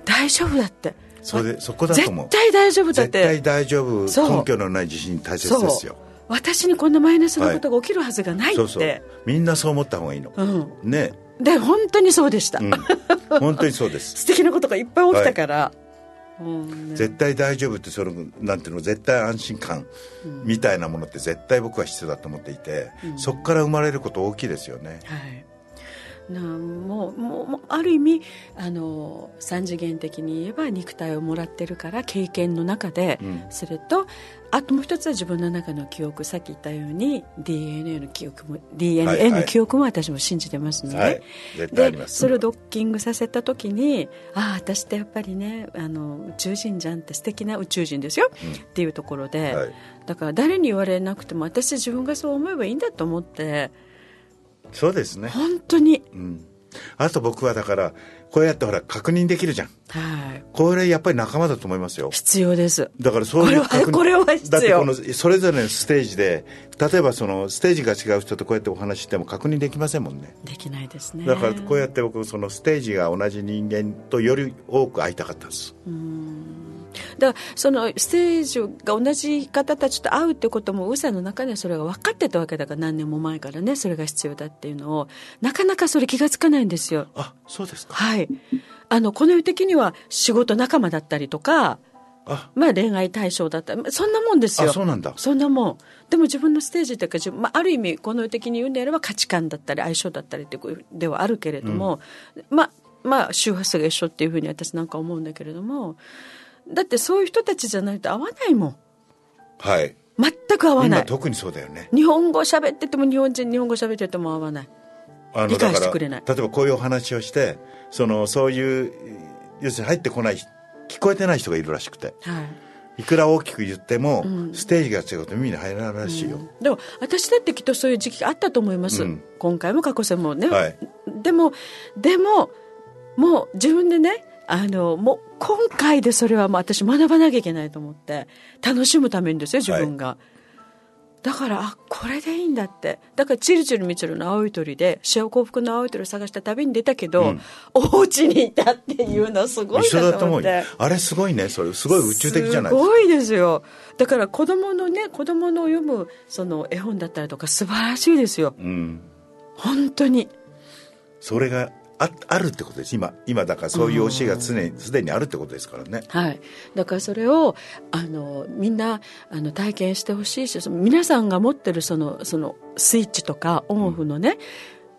S1: 大丈夫だって
S2: それでそこだと思う
S1: 絶対大丈夫だっ
S2: 絶
S1: て
S2: 対大丈夫
S1: そう
S2: 根拠のない自信大切
S1: そう
S2: ですよ
S1: 私にこんなマイナスなことが起きるはずがないって、
S2: そうそうみんなそう思った方がいいの、
S1: うん
S2: ね
S1: で本当にそうでした、
S2: うん本当にそうです
S1: 素 敵なことがいっぱい起きたから、うんね
S2: 絶対大丈夫ってそのなんていうの絶対安心感みたいなものって絶対僕は必要だと思っていて、そこから生まれること大きいですよね、
S1: はい、なもうもうもうある意味あの三次元的に言えば肉体をもらってるから経験の中で、それとあともう一つは自分の中の記憶さっき言ったように DNA の記憶も DNA の記憶も私も信じてますので、
S2: はい絶対ありま
S1: ですそれをドッキングさせた時にああ私ってやっぱりねあの宇宙人じゃんって素敵な宇宙人ですよ、っていうところで、
S2: はい
S1: だから誰に言われなくても私自分がそう思えばいいんだと思って
S2: そうですね、
S1: 本当に、
S2: うん、あと僕はだからこうやってほら確認できるじゃん
S1: はい
S2: これやっぱり仲間だと思いますよ
S1: 必要です
S2: だからそういう確認
S1: これはこれは必要
S2: だってこのそれぞれのステージで例えばそのステージが違う人とこうやってお話ししても確認できませんもんね
S1: できないですね
S2: だからこうやって僕そのステージが同じ人間とより多く会いたかったです
S1: だからそのステージが同じ方たちと会うってことも宇佐の中ではそれが分かってたわけだから何年も前からねそれが必要だっていうのをなかなかそれ気がつかないんですよ
S2: あそうですか
S1: はいあのこの世的には仕事仲間だったりとか
S2: あ
S1: まあ恋愛対象だったりまあそんなもんですよ
S2: あそうなんだ
S1: そんなもんでも自分のステージというか自分、まあ、ある意味この世的に言うんであれば価値観だったり相性だったりっていうことではあるけれども、まあまあ周波数が一緒っていうふうに私なんか思うんだけれどもだってそういう人たちじゃないと合わないもん
S2: はい
S1: 全く合わな
S2: 今
S1: い
S2: 特にそうだよね
S1: 日本語喋ってても日本人日本語喋ってても合わない
S2: あの
S1: 理解
S2: だから
S1: してくれない
S2: 例えばこういうお話をしてそのそういう要するに入ってこない聞こえてない人がいるらしくて
S1: はい
S2: いくら大きく言っても、ステージが違うと耳に入らないらしいよ、
S1: でも私だってきっとそういう時期があったと思います、
S2: うん
S1: 今回も過去戦もね、
S2: はい
S1: でもでももう自分でねあのもう今回でそれはもう私学ばなきゃいけないと思って楽しむためにですよ自分が、だからあこれでいいんだってだから「チルチルミチルの青い鳥」で幸幸福の青い鳥を探した旅に出たけど、お家にいたっていうのはすごい
S2: 一
S1: な
S2: 緒だと
S1: と
S2: 思
S1: 思
S2: う
S1: っ
S2: よ
S1: て。
S2: あれすごいねそれすごい宇宙的じゃない
S1: す
S2: ですか
S1: ごいですよだから子供のね子供の読むその絵本だったりとか素晴らしいですよ
S2: うん
S1: 本当に
S2: それがああるってことです今今だからそういう教えが常にすでにあるってことですからね
S1: はい、だからそれをあのみんなあの体験してほしいしその皆さんが持ってるそのそのスイッチとかオンオフのね、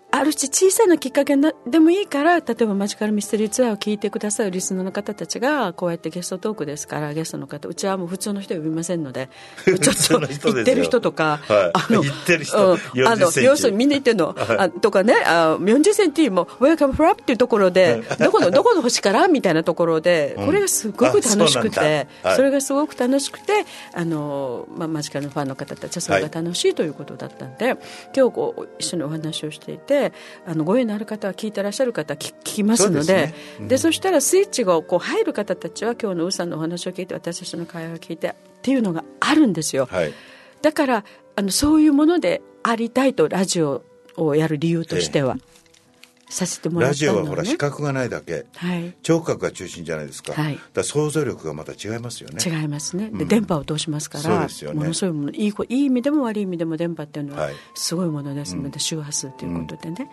S1: ある種小さなきっかけなでもいいから例えばマジカルミステリーツアーを聞いてくださるリスナーの方たちがこうやってゲストトークですからゲストの方うちはもう普通の人呼びませんの でちょっ
S2: 通の人ですよ
S1: と行ってる人とか、
S2: はい行ってる人
S1: うんあの
S2: 40センチ
S1: 要するにみんな行ってるの、あとかねあ40センチも「Welcome from」っていうところでどこのどこの星からみたいなところでこれがすごく楽しく
S2: あそうなん
S1: て、
S2: だはい
S1: それがすごく楽しくてあの、まあ、マジカルのファンの方たちはそれが楽しいということだったんで、今日こう一緒にお話をしていてあのご縁のある方は聞いてらっしゃる方は聞聞きますので
S2: そう
S1: そ
S2: ですね
S1: でそしたらスイッチがこう入る方たちは今日のウーさんのお話を聞いて私たちの会話を聞いてっていうのがあるんですよ。
S2: はい
S1: だからあのそういうものでありたいとラジオをやる理由としては、させてもら
S2: ラ
S1: った
S2: ジ
S1: の
S2: オ
S1: ね
S2: はほら視覚がないだけ
S1: はい
S2: 聴覚が中心じゃないですか,、
S1: はい
S2: だから想像力がまた違いますよね
S1: 違いますね、で電波を通しますか
S2: そう
S1: ら
S2: ですよね
S1: ものすごいものいいこいい意味でも悪い意味でも電波っていうのは
S2: はい
S1: すごいものですので、周波数ということでね、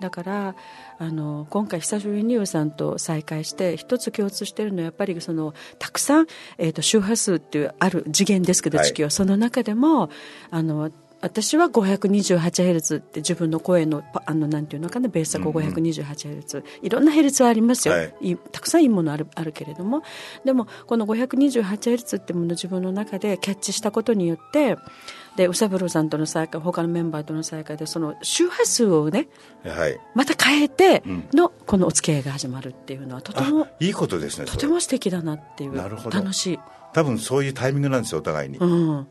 S1: だからあの今回久しぶりにユウさんと再会して一つ共通しているのはやっぱりそのたくさん、えー、と周波数っていうある次元ですけど
S2: はい
S1: 地球は、その中でもあの私は 528Hz って自分の声のパあのなんていうのかなベースは 528Hz、いろんなヘルツはありますよ、
S2: はい
S1: いいたくさんいいものあるあるけれどもでもこの 528Hz ってものを自分の中でキャッチしたことによってで宇佐風呂さんとの再会他のメンバーとの再会でその周波数をね
S2: はい
S1: また変えてのこのお付き合いが始まるっていうのはとても
S2: あいいことですね
S1: と
S2: そ
S1: て
S2: れ
S1: も素敵だなっていう
S2: なるほど
S1: 楽しい、
S2: 多分そういうタイミングなんですよお互いにわ
S1: う、ん、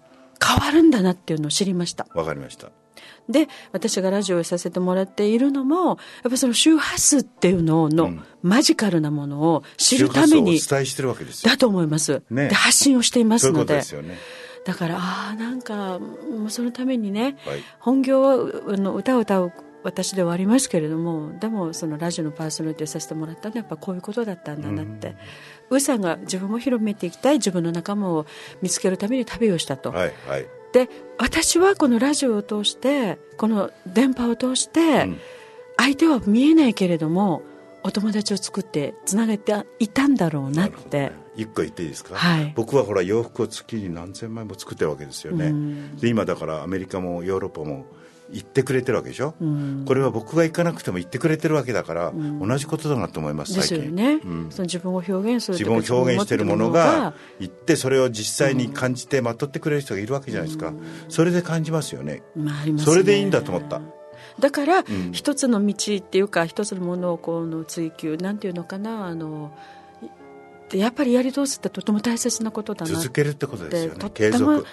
S1: 変わるんだなっていうのを知りました
S2: かりました
S1: で私がラジオをさせてもらっているのもやっぱりその周波数っていうのの、
S2: うん
S1: マジカルなものを知るために
S2: 周波数をお伝えしてるわけですよ
S1: だと思います、
S2: ね
S1: で発信をしていま
S2: そう
S1: す
S2: いうこ
S1: の
S2: と
S1: で
S2: ですよね
S1: だからああなんかもうそのためにね、
S2: はい
S1: 本業はあの歌を歌う私ではありますけれどもでもそのラジオのパーソナリティをさせてもらったのはやっぱこういうことだったんだなって、ウーさんが自分も広めていきたい自分の仲間を見つけるために旅をしたと、
S2: はいはい
S1: で私はこのラジオを通してこの電波を通して、
S2: うん
S1: 相手は見えないけれどもお友達を作ってつなげていたんだろうなっ
S2: なるほど
S1: て
S2: ね一個言っていいですか、
S1: はい
S2: 僕はほら洋服を月に何千枚も作ってるわけですよね、
S1: うん
S2: で今だからアメリカもヨーロッパも行ってくれてるわけでしょ、
S1: うん
S2: これは僕が行かなくても行ってくれてるわけだから、同じことだなと思います
S1: で
S2: 最
S1: す
S2: 近
S1: よね、
S2: うん
S1: その自分を表現する
S2: 自
S1: と
S2: 分
S1: か
S2: を表現しているもの
S1: 自分を持
S2: が
S1: ってるもの
S2: 行ってそれを実際に感じてまとってくれる人がいるわけじゃないですか、それで感じますよね
S1: まあありますね
S2: それでいいんだと思った
S1: だから、
S2: ん
S1: 一つの道っていうか一つのものをこの追求なんていうのかなあのいやっぱりやり通すってとても大切なことだなって
S2: 続けるってことですよ
S1: と
S2: ね
S1: っ
S2: 継
S1: ても
S2: 続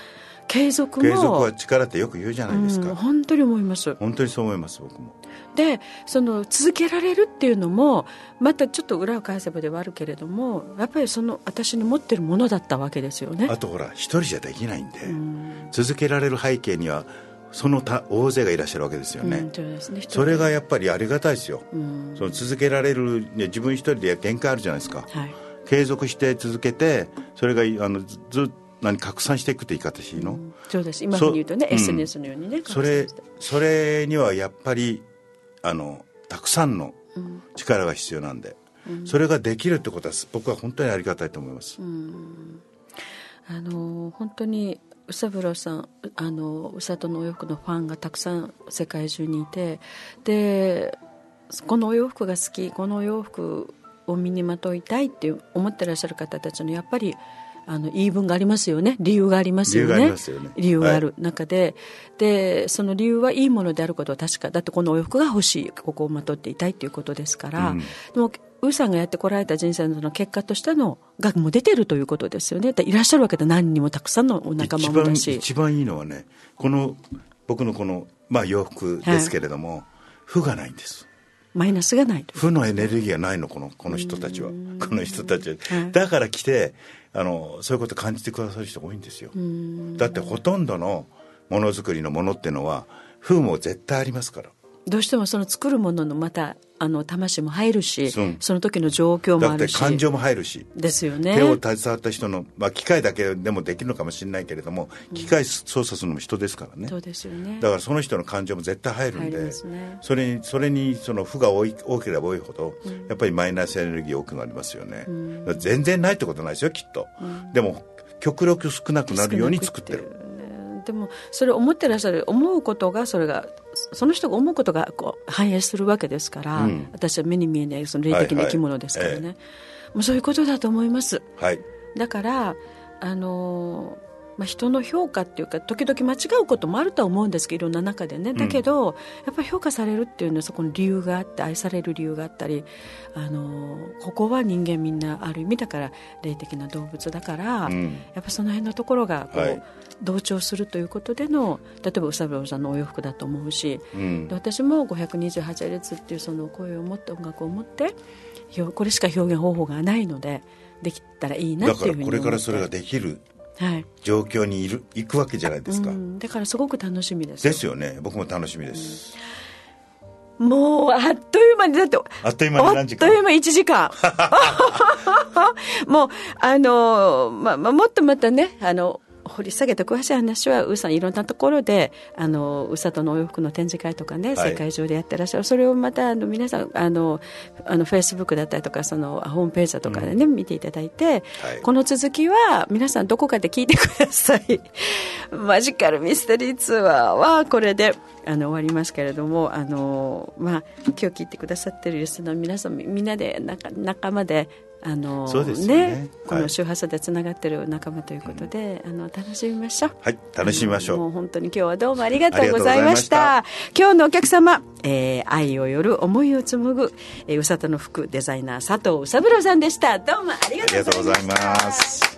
S1: 継続も
S2: 継続は力ってよく言うじゃないですか、
S1: うん、本当に思います
S2: 本当にそう思います僕も
S1: でその続けられるっていうのもまたちょっと裏を返せばではあるけれどもやっぱりその私の持ってるものだったわけですよね
S2: あとほら一人じゃできないんで、続けられる背景にはその他大勢がいらっしゃるわけですよね、
S1: うんそうですね
S2: それが
S1: や
S2: やっぱりありがたいですよ、
S1: うん
S2: その続けられる、ね、自分一人で限界あるじゃないですか、
S1: はい
S2: 継続して続けてそれがあのずず何拡散していくって言い方していいの、
S1: そうです今風に言うとね
S2: そ
S1: SNS のようにね、
S2: それ
S1: 拡散して
S2: それにはやっぱりあのたくさんの力が必要なんで、それができるってことは僕は本当にありがたいと思います、
S1: あの本当に宇佐風呂さんあの宇佐とのお洋服のファンがたくさん世界中にいてでこのお洋服が好きこのお洋服を身にまといたいって思ってらっしゃる方たちのやっぱりあの言い分がありますよね理由がありますよね
S2: 理由がありますよね
S1: 理由がある中で,、でその理由はいいものであることは確かだってこのお洋服が欲しいここをまとっていたいということですから、
S2: うん
S1: でもウーさんがやってこられた人生のその結果としてのがもう出てるということですよねでいらっしゃるわけで何人もたくさんのお仲間
S2: 一
S1: も
S2: 番
S1: だし
S2: 一番いいのはねこの僕のこの、まあ、洋服ですけれども、負がないんです
S1: マイナスがないと
S2: 負のエネルギーがないのこのこの人たちはこの人たちは、
S1: はい
S2: だから来てあのそういうこと感じてくださる人が多いんですよだってほとんどのものづくりのものってのは負も絶対ありますから
S1: どうしてもその作るもののまたあの魂も入るしそ
S2: そう
S1: の時の状況も
S2: だ
S1: あ
S2: って
S1: るし
S2: 感情も入るし
S1: ですよね
S2: 手を携わった人の、まあ、機械だけでもできるのかもしれないけれども機械操作するのも人ですからね
S1: そうですよね
S2: だからその人の感情も絶対入るん
S1: 入り
S2: で
S1: ますね
S2: それにそれにその負が多い多ければ多いほど、やっぱりマイナスエネルギー多くなりますよね、だから全然ないってことないですよきっと、でも極力少なくなるように作ってる
S1: 少なくっていうねでもそれ思ってらっしゃる思うことがそれがその人が思うことがこう反映するわけですから、
S2: うん
S1: 私は目に見えないその霊的な生き物ですからね、
S2: はいはい
S1: もうそういうことだと思います
S2: はい
S1: だからあのーまあ、人の評価っていうか時々間違うこともあるとは思うんですけどいろんな中でねだけど、やっぱり評価されるっていうのはそこに理由があって愛される理由があったりあのーここは人間みんなある意味だから霊的な動物だから、
S2: ん
S1: やっぱその辺のところがこう、
S2: はい
S1: 同調するということでの例えば宇佐美さんのお洋服だと思うし、
S2: うん
S1: で私も528列っていうその声を持って音楽を持ってひょこれしか表現方法がないのでできたらいいな
S2: だ
S1: って
S2: か
S1: いう
S2: ら
S1: ふうに
S2: こ
S1: 思
S2: れ
S1: って
S2: からそれができる
S1: はい
S2: 状況にいる行くわけじゃないですか、
S1: うん、だからすごく楽しみです
S2: ですよね僕も楽しみです、
S1: もうあっという間にだって
S2: あっという間に
S1: あ
S2: 何
S1: っ
S2: 時
S1: と
S2: 間
S1: いう間1時間。 もう、あの、まあ、まあ、もっとまたね、あの、掘り下げて詳しい話は、うさんいろんなところで、あの、うさとのお洋服の展示会とかね、
S2: はい
S1: 世界中でやってらっしゃる。それをまた、あの、皆さん、あの、あの、フェイスブックだったりとか、その、ホームページだとかでね、見ていただいて、
S2: はい
S1: この続きは、皆さんどこかで聞いてください。 マジカルミステリーツアーは、これで、あの、終わりますけれども、あの、まあ、今日聞いてくださってるリスナーの皆さん、みみんなで、なんか、仲間で、あの、
S2: そうですよね
S1: こ
S2: は
S1: の
S2: い
S1: 周波数でつながってる仲間ということで、あの楽しみましょう
S2: はい楽しみましょう
S1: もう本当に今日はどうもありがとうございました
S2: あ
S1: 今日のお客様、えー愛をよる思いを紡ぐ、えー、うさとの服デザイナー佐藤宇三郎さんでしたどうもありが
S2: あり
S1: とうご
S2: が
S1: ざ
S2: と
S1: いうま
S2: ござ
S1: し
S2: い
S1: た
S2: ます